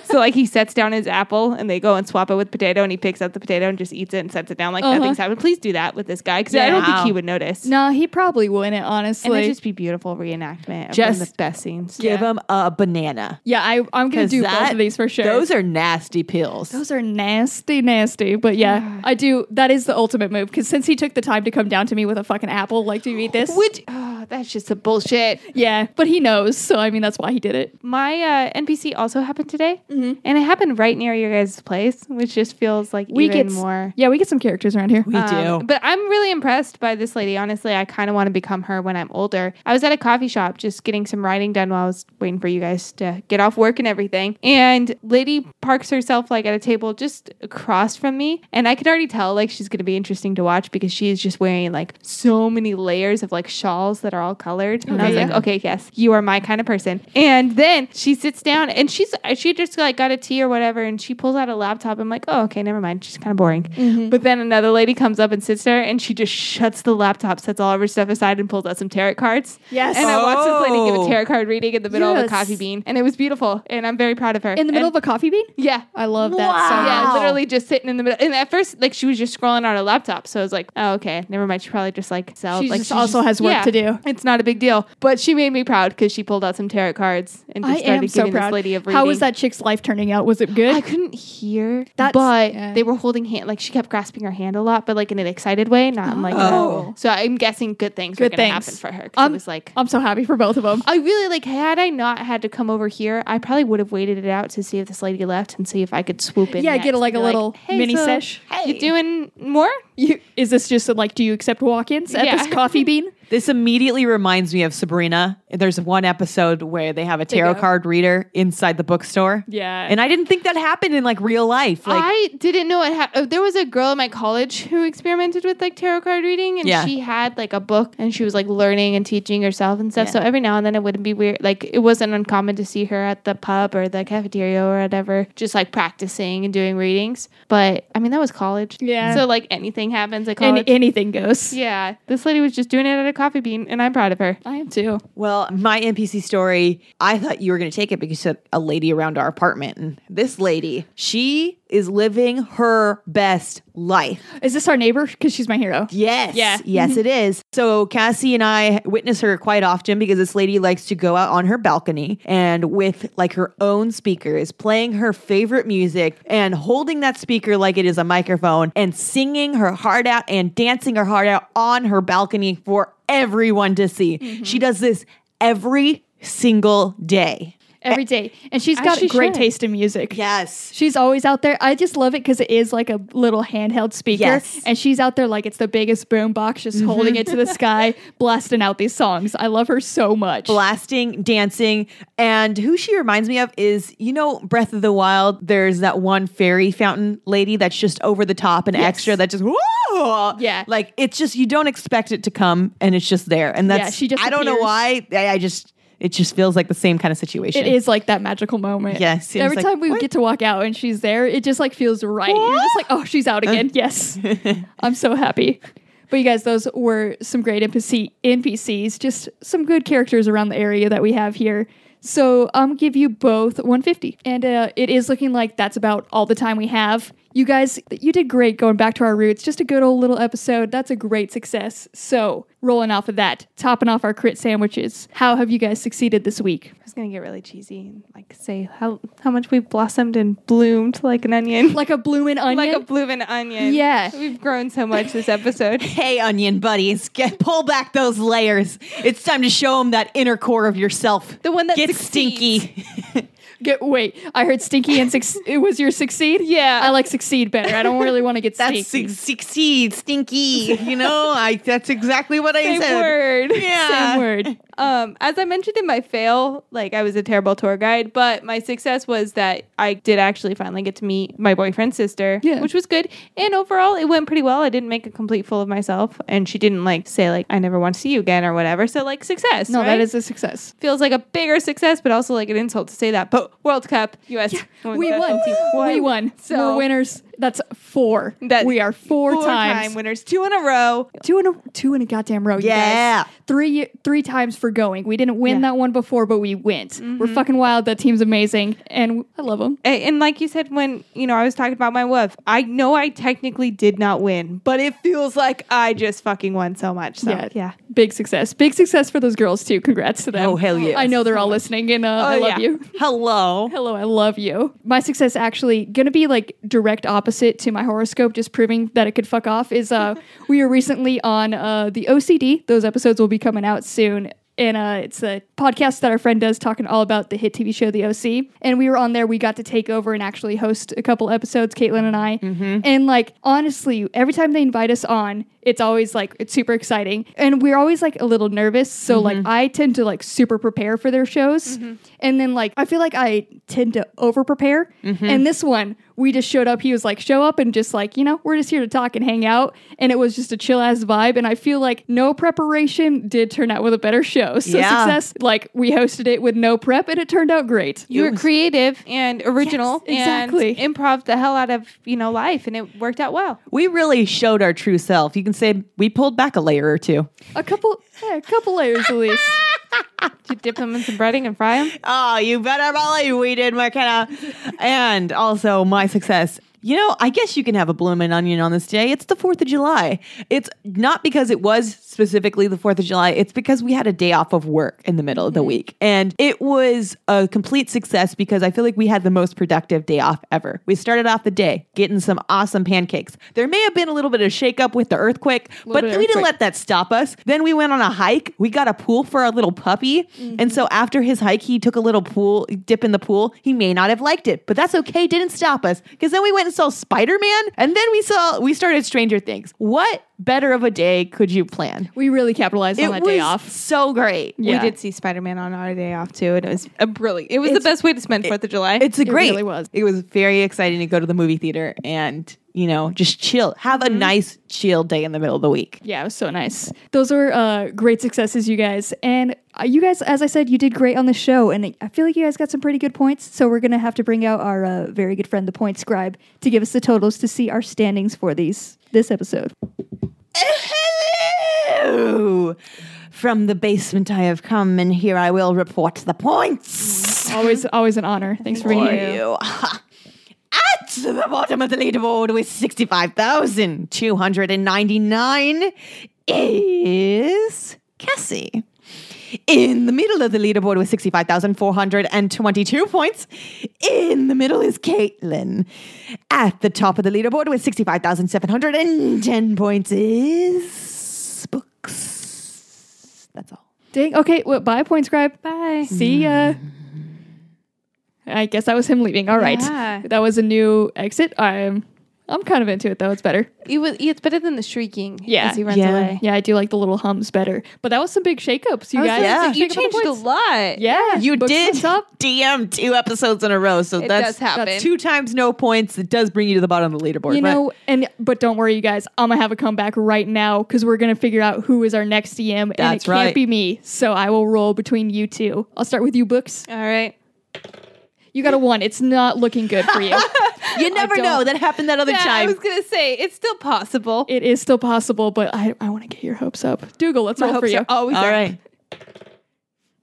Speaker 2: so, like, he sets down his apple, and they go and swap it with potato, and he picks up the potato and just eats it and sets it down like
Speaker 1: Uh-huh.
Speaker 2: nothing's happened. Please do that with this guy because I don't
Speaker 3: Wow.
Speaker 2: think he would notice.
Speaker 1: no, he probably wouldn't,
Speaker 2: And
Speaker 1: honestly.
Speaker 2: it'd just be beautiful reenactment of one of
Speaker 3: Just
Speaker 2: the best scenes.
Speaker 3: Give
Speaker 1: Yeah.
Speaker 3: him a banana.
Speaker 1: yeah, I, I'm going to
Speaker 3: 'Cause
Speaker 1: do both
Speaker 3: that-
Speaker 1: of these for sure.
Speaker 3: Those are nasty pills.
Speaker 1: Those are nasty, nasty. But yeah, I do. That is the ultimate move because since he took the time to come down to me with a fucking apple, like, do you eat this?
Speaker 2: Which oh, that's just a bullshit.
Speaker 1: yeah, but he knows. So, I mean, that's why he did it.
Speaker 2: My uh, NPC also happened today, and it happened right near your guys' place, which just feels like we even
Speaker 1: s-
Speaker 2: more.
Speaker 1: Yeah, we get some characters around here. Uh,
Speaker 3: we
Speaker 2: Um,
Speaker 3: do.
Speaker 2: but I'm really impressed by this lady. Honestly, I kind of want to become her when I'm older. I was at a coffee shop just getting some writing done while I was waiting for you guys to get off work and everything. And lady parks herself like at a table just across from me, and I could already tell like she's going to be interesting to watch because she is just wearing like so many layers of like shawls that are all colored. And I was
Speaker 1: Okay.
Speaker 2: like, okay, yes, you are my kind of person. And then she sits down and she's she just like got a tea or whatever, and she pulls out a laptop. I'm like, oh, okay, never mind. She's kind of boring.
Speaker 1: Mm-hmm.
Speaker 2: But then another lady comes up and sits there, and she just shuts the laptop, sets all of her stuff aside, and pulls out some tarot cards.
Speaker 1: Yes.
Speaker 2: And I watched this lady give
Speaker 3: Oh.
Speaker 2: a tarot card reading in the middle of
Speaker 1: Yes.
Speaker 2: a coffee bean, and it was beautiful. And I'm very proud of her.
Speaker 1: In the middle of a coffee bean?
Speaker 2: yeah.
Speaker 1: I love that
Speaker 3: Wow.
Speaker 1: so much.
Speaker 2: Yeah,
Speaker 3: Wow.
Speaker 2: literally just sitting in the middle. And at first, like she was just scrolling on her laptop, so I was like, "Oh, okay, never mind." She probably just like sells.
Speaker 1: She
Speaker 2: like
Speaker 1: just also
Speaker 2: just-
Speaker 1: has work to do.
Speaker 2: And It's not a big deal. But she made me proud because she pulled out some tarot cards and just
Speaker 1: I
Speaker 2: started
Speaker 1: am so
Speaker 2: giving
Speaker 1: proud.
Speaker 2: this lady a reading.
Speaker 1: How was that chick's life turning out? Was it good?
Speaker 2: I couldn't hear,
Speaker 1: That's-
Speaker 2: but
Speaker 1: yeah.
Speaker 2: they were holding hand. Like she kept grasping her hand a lot, but like in an excited way, not in like. a-
Speaker 1: Oh.
Speaker 2: so I'm guessing good things
Speaker 1: Good
Speaker 2: were going to happen
Speaker 1: things.
Speaker 2: for her. 'cause
Speaker 1: Um,
Speaker 2: it was like
Speaker 1: I'm so happy for both of them.
Speaker 2: I really like had I not had to come over here, I probably would have waited it out to see if this lady left and see if I could swoop in.
Speaker 1: Yeah,
Speaker 2: next
Speaker 1: get a, like
Speaker 2: and
Speaker 1: a
Speaker 2: be
Speaker 1: little mini
Speaker 2: so
Speaker 1: sesh.
Speaker 2: You doing more?
Speaker 1: You, is this just a, like, do you accept walk-ins at this
Speaker 2: Yeah.
Speaker 1: coffee bean?
Speaker 3: This immediately reminds me of Sabrina. There's one episode where they have a tarot
Speaker 1: go.
Speaker 3: card reader inside the bookstore.
Speaker 1: Yeah.
Speaker 3: And I didn't think that happened in like real life. Like
Speaker 2: I didn't know it had. Oh, there was a girl in my college who experimented with like tarot card reading, and
Speaker 3: Yeah.
Speaker 2: she had like a book, and she was like learning and teaching herself and stuff. So every now and then it wouldn't be weird. Like it wasn't uncommon to see her at the pub or the cafeteria or whatever, just like practicing and doing readings. But I mean, that was college.
Speaker 1: Yeah.
Speaker 2: So like anything happens at college.
Speaker 1: and anything goes.
Speaker 2: yeah, this lady was just doing it at a coffee bean, and I'm proud of her.
Speaker 1: I am too.
Speaker 3: Well, my NPC story, I thought you were going to take it because you said a lady around our apartment. And this lady, she is living her best life.
Speaker 1: Is this our neighbor? Because she's my hero.
Speaker 3: Yes.
Speaker 1: Yeah.
Speaker 3: Yes, it is. So Cassie and I witness her quite often because this lady likes to go out on her balcony and with like her own speakers, playing her favorite music and holding that speaker like it is a microphone and singing her heart out and dancing her heart out on her balcony for everyone to see. She does this every single day.
Speaker 1: Every day. And she's
Speaker 2: As
Speaker 1: got
Speaker 2: she
Speaker 1: great
Speaker 2: should.
Speaker 1: taste in music.
Speaker 3: Yes.
Speaker 1: She's always out there. I just love it because it is like a little handheld speaker.
Speaker 3: Yes.
Speaker 1: And she's out there like it's the biggest boom box, just holding it to
Speaker 2: Mm-hmm.
Speaker 1: the sky, blasting out these songs. I love her so much.
Speaker 3: blasting, dancing. And who she reminds me of is, you know, Breath of the Wild, there's that one fairy fountain lady that's just over the top and extra that just, whoa!
Speaker 1: Yeah.
Speaker 3: Like, it's just, you don't expect it to come and it's just there. And that's,
Speaker 1: she just
Speaker 3: I don't know
Speaker 1: appears.
Speaker 3: why. I, I just, it just feels like the same kind of situation.
Speaker 1: it is like that magical moment.
Speaker 3: Yeah, it seems
Speaker 1: Every
Speaker 3: like-
Speaker 1: time we
Speaker 3: what?
Speaker 1: get to walk out and she's there, it just like feels right. You're just like, oh, she's
Speaker 3: Uh.
Speaker 1: out again. yes. I'm so happy. But you guys, those were some great NPC NPCs, just some good characters around the area that we have here. So I'm um, give you both 150, and uh, it is looking like that's about all the time we have. You guys, you did great going back to our roots. Just a good old little episode. That's a great success. So rolling off of that, topping off our crit sandwiches. How have you guys succeeded this week?
Speaker 2: I was gonna get really cheesy and like say how how much we blossomed and bloomed like an onion,
Speaker 1: Like a bloomin' onion.
Speaker 2: like a blooming onion.
Speaker 1: Yeah.
Speaker 2: we've grown so much this episode.
Speaker 3: Hey, onion buddies, get pull back those layers. It's time to show them that inner core of yourself.
Speaker 2: The one that
Speaker 3: Get
Speaker 2: succeeds.
Speaker 3: stinky.
Speaker 1: Get, wait, I heard stinky and suc it was your succeed.
Speaker 2: Yeah.
Speaker 1: I like succeed better. I don't really want to get
Speaker 3: That's
Speaker 1: stinky.
Speaker 3: su- succeed, stinky. You know, I that's exactly what I
Speaker 2: Same
Speaker 3: said.
Speaker 2: word.
Speaker 3: Yeah.
Speaker 1: Same word.
Speaker 2: Um, as I mentioned in my fail, like I was a terrible tour guide, but my success was that I did actually finally get to meet my boyfriend's sister,
Speaker 1: Yeah.
Speaker 2: which was good. And overall, it went pretty well. I didn't make a complete fool of myself, and she didn't like say like I never want to see you again or whatever. So like success.
Speaker 1: No,
Speaker 2: right?
Speaker 1: that is a success.
Speaker 2: feels like a bigger success, but also like an insult to say that. But World Cup, U.S. Women's
Speaker 1: We won.
Speaker 2: National Team
Speaker 1: We won.
Speaker 2: So
Speaker 1: We're winners. That's four.
Speaker 2: That-
Speaker 1: we are four, times.
Speaker 2: time winners, two in a row.
Speaker 1: Two in a two in a goddamn row. you
Speaker 3: Yeah.
Speaker 1: guys. Three three times for going. We didn't win
Speaker 2: Yeah.
Speaker 1: that one before, but we went. We're fucking wild. That team's amazing, and I love them.
Speaker 2: A- And like you said, when you know I was talking about my woof, I know I technically did not win, but it feels like I just fucking won so much. So yeah,
Speaker 1: Big success. Big success for those girls too. Congrats to them.
Speaker 3: Oh, hell yes.
Speaker 1: I know they're all listening, and uh, I
Speaker 2: Oh,
Speaker 1: love
Speaker 2: yeah.
Speaker 1: you.
Speaker 3: Hello.
Speaker 1: Hello, I love you. My success actually gonna be like direct opposite to my horoscope, just proving that it could fuck off. Is uh, we are recently on uh the OCD. Those episodes will be coming out soon. And uh, it's a podcast that our friend does talking all about the hit TV show The OC. And we were on there. We got to take over and actually host a couple episodes, Caitlin and I. And like honestly, every time they invite us on, it's always like it's super exciting and we're always like a little nervous so like
Speaker 3: Mm-hmm.
Speaker 1: i tend to like super prepare for their shows and then like i feel like i tend to over prepare
Speaker 3: Mm-hmm.
Speaker 1: and this one we just showed up he was like show up and just like you know we're just here to talk and hang out and it was just a chill ass vibe and i feel like no preparation did turn out with a better show so
Speaker 3: Yeah.
Speaker 1: success like we hosted it with no prep and it turned out great
Speaker 2: you were creative and original,
Speaker 1: Yes, exactly.
Speaker 2: and improv the hell out of you know life, and it worked out well.
Speaker 3: We really showed our true self. You can say we pulled back a layer or two.
Speaker 1: a couple yeah, a couple layers at least
Speaker 2: Did you dip them in some breading and
Speaker 1: Ah,
Speaker 2: fry them?
Speaker 3: Oh, you better believe we did, McKenna. and also, my success you know, I guess you can have a bloomin' onion on this day. It's the 4th of July. It's not because it was specifically the 4th of July, it's because we had a day off of work in the middle
Speaker 1: Mm.
Speaker 3: of the week. And it was a complete success because I feel like we had the most productive day off ever. We started off the day getting some awesome pancakes. There may have been a little bit of shakeup with the earthquake, but
Speaker 2: bit of
Speaker 3: we didn't
Speaker 2: earthquake.
Speaker 3: let that stop us. Then we went on a hike. We got a pool for our little puppy.
Speaker 1: Mm-hmm.
Speaker 3: And so after his hike, he took a little pool dip in the pool. He may not have liked it, but that's okay. Didn't stop us because then we went and saw Spider Man, and then we saw we started Stranger Things. What better of a day could you plan?
Speaker 1: We really capitalized on that day
Speaker 3: was
Speaker 1: off.
Speaker 3: so great.
Speaker 1: Yeah.
Speaker 2: We did see Spider Man on our day off too, and it was a brilliant. It was the best way to spend Fourth of July.
Speaker 3: It's a great.
Speaker 1: really was.
Speaker 3: It was very exciting to go to the movie theater and you know just chill, have a
Speaker 1: Mm-hmm.
Speaker 3: nice chill day in the middle of the week.
Speaker 1: Yeah, it was so nice. Those were uh, great successes, you guys. And uh, you guys, as I said, you did great on the show. And I feel like you guys got some pretty good points. So we're going to have to bring out our uh, very good friend, the point scribe, to give us the totals to see our standings for these this episode.
Speaker 3: Hello. From the basement I have come, and here I will report the points.
Speaker 1: Always, always an honor. Thanks for being
Speaker 3: for
Speaker 1: here.
Speaker 3: you. At the bottom of the leaderboard with 65,299 is Cassie. In the middle of the leaderboard with 65,422 points. In the middle is Caitlin. At the top of the leaderboard with 65,710 points is Books. That's all.
Speaker 1: Dang. Okay. Well, bye, point scribe.
Speaker 2: Bye.
Speaker 1: See ya. I guess that was him leaving. All right.
Speaker 2: Yeah.
Speaker 1: That was a new exit. I'm, I'm kind of into it though. It's better.
Speaker 2: It was. It's better than the shrieking.
Speaker 1: Yeah.
Speaker 2: as he runs
Speaker 3: Yeah.
Speaker 2: away.
Speaker 1: Yeah, I do like the little hums better. But that was some big shakeups, you
Speaker 2: I was
Speaker 1: guys.
Speaker 2: like,
Speaker 3: Yeah.
Speaker 2: You
Speaker 1: Shake up the
Speaker 2: changed a
Speaker 1: points.
Speaker 2: lot.
Speaker 1: Yeah,
Speaker 3: You
Speaker 1: books
Speaker 3: did
Speaker 1: on top.
Speaker 3: DM two episodes in a row, so
Speaker 2: It
Speaker 3: that's,
Speaker 2: does happen.
Speaker 3: that's two times no points. It does bring you to the bottom of the leaderboard.
Speaker 1: You
Speaker 3: but-
Speaker 1: know, and but don't worry, you guys. I'm gonna have a comeback right now because we're gonna figure out who is our next DM, and
Speaker 3: That's
Speaker 1: it can't
Speaker 3: right.
Speaker 1: be me. So I will roll between you two. I'll start with you, books.
Speaker 2: All right.
Speaker 1: You got a one. It's not looking good for you.
Speaker 3: you never
Speaker 1: don't-
Speaker 3: know. That happened that other
Speaker 2: Yeah, I
Speaker 3: time.
Speaker 2: was gonna say it's still possible.
Speaker 1: it is still possible, but I, I want to get your hopes up. Dougal, let's roll for you.
Speaker 2: always
Speaker 3: All
Speaker 2: up.
Speaker 3: right.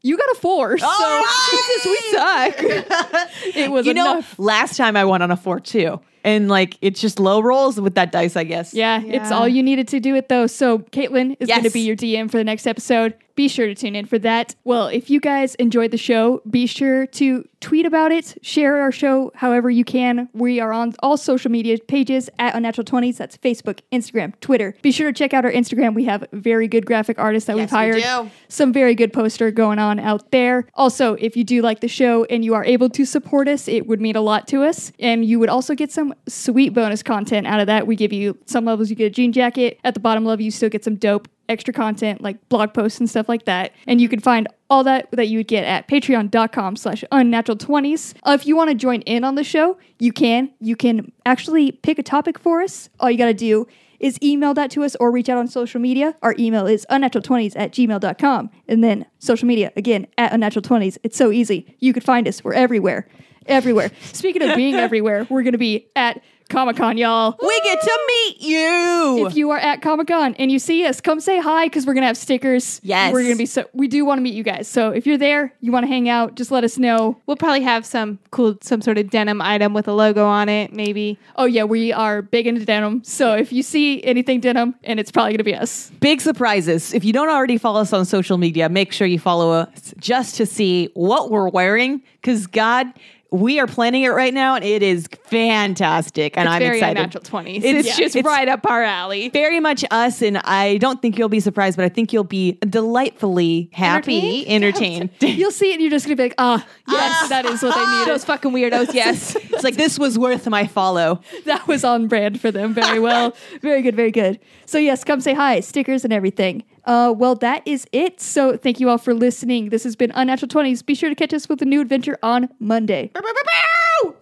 Speaker 1: You got a four. So
Speaker 3: right.
Speaker 1: Jesus, we suck. it was
Speaker 3: you know,
Speaker 1: enough.
Speaker 3: last time I won on a four two, and like it's just low rolls with that dice, I guess.
Speaker 1: Yeah, it's
Speaker 2: Yeah.
Speaker 1: all you needed to do it though. So Caitlin is
Speaker 3: Yes.
Speaker 1: going to be your DM for the next episode. Be sure to tune in for that. Well, if you guys enjoyed the show, be sure to tweet about it, share our show however you can. We are on all social media pages at Unnatural Twenties. That's Facebook, Instagram, Twitter. Be sure to check out our Instagram. We have very good graphic artists that we've
Speaker 3: Yes, we
Speaker 1: hired.
Speaker 3: do.
Speaker 1: Some very good poster going on out there. Also, if you do like the show and you are able to support us, it would mean a lot to us. And you would also get some sweet bonus content out of that. We give you some levels, you get a jean jacket. At the bottom level, you still get some dope extra content like blog posts and stuff like that. And you can find all that that you would get at patreon.com slash unnatural20s. Uh, if you want to join in on the show, you can. You can actually pick a topic for us. All you got to do is email that to us or reach out on social media. Our email is unnatural20s at gmail.com. And then social media, again, at unnatural20s. It's so easy. You could find us. We're everywhere. Everywhere. Speaking of being everywhere, we're going to be at Comic Con, y'all.
Speaker 3: We get to meet you.
Speaker 1: If you are at Comic Con and you see us, come say hi because we're gonna have stickers.
Speaker 3: Yes.
Speaker 1: we're gonna be so. We do want to meet you guys. So if you're there, you want to hang out, just let us know.
Speaker 2: We'll probably have some cool, some sort of denim item with a logo on it, maybe.
Speaker 1: Oh yeah, we are big into denim. So if you see anything denim, and it's probably gonna be us.
Speaker 3: Big surprises. If you don't already follow us on social media, make sure you follow us just to see what we're wearing. Because God, we are planning it right now, and it is fantastic. And
Speaker 2: It's
Speaker 3: I'm
Speaker 2: very
Speaker 3: excited.
Speaker 2: unnatural twenties.
Speaker 3: It's-
Speaker 2: It's,
Speaker 3: yeah.
Speaker 2: just
Speaker 3: It's-
Speaker 2: right up our alley.
Speaker 3: very much us, and I don't think you'll be surprised, but I think you'll be delightfully happy, entertained.
Speaker 1: You'll see it, and you're just gonna be like, ah, yes, that is what they needed.
Speaker 2: Those fucking weirdos. Yes.
Speaker 3: it's like this was worth my follow.
Speaker 1: that was on brand for them. Very well. very good. Very good. So, yes, come say hi, stickers and everything. Uh, well, that is it. So, thank you all for listening. This has been Unnatural 20s. Be sure to catch us with a new adventure on Monday. That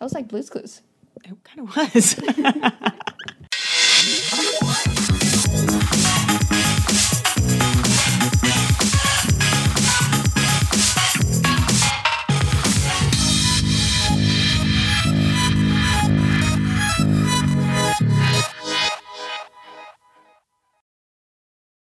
Speaker 1: was like Blue's Clues.
Speaker 3: It kind of was.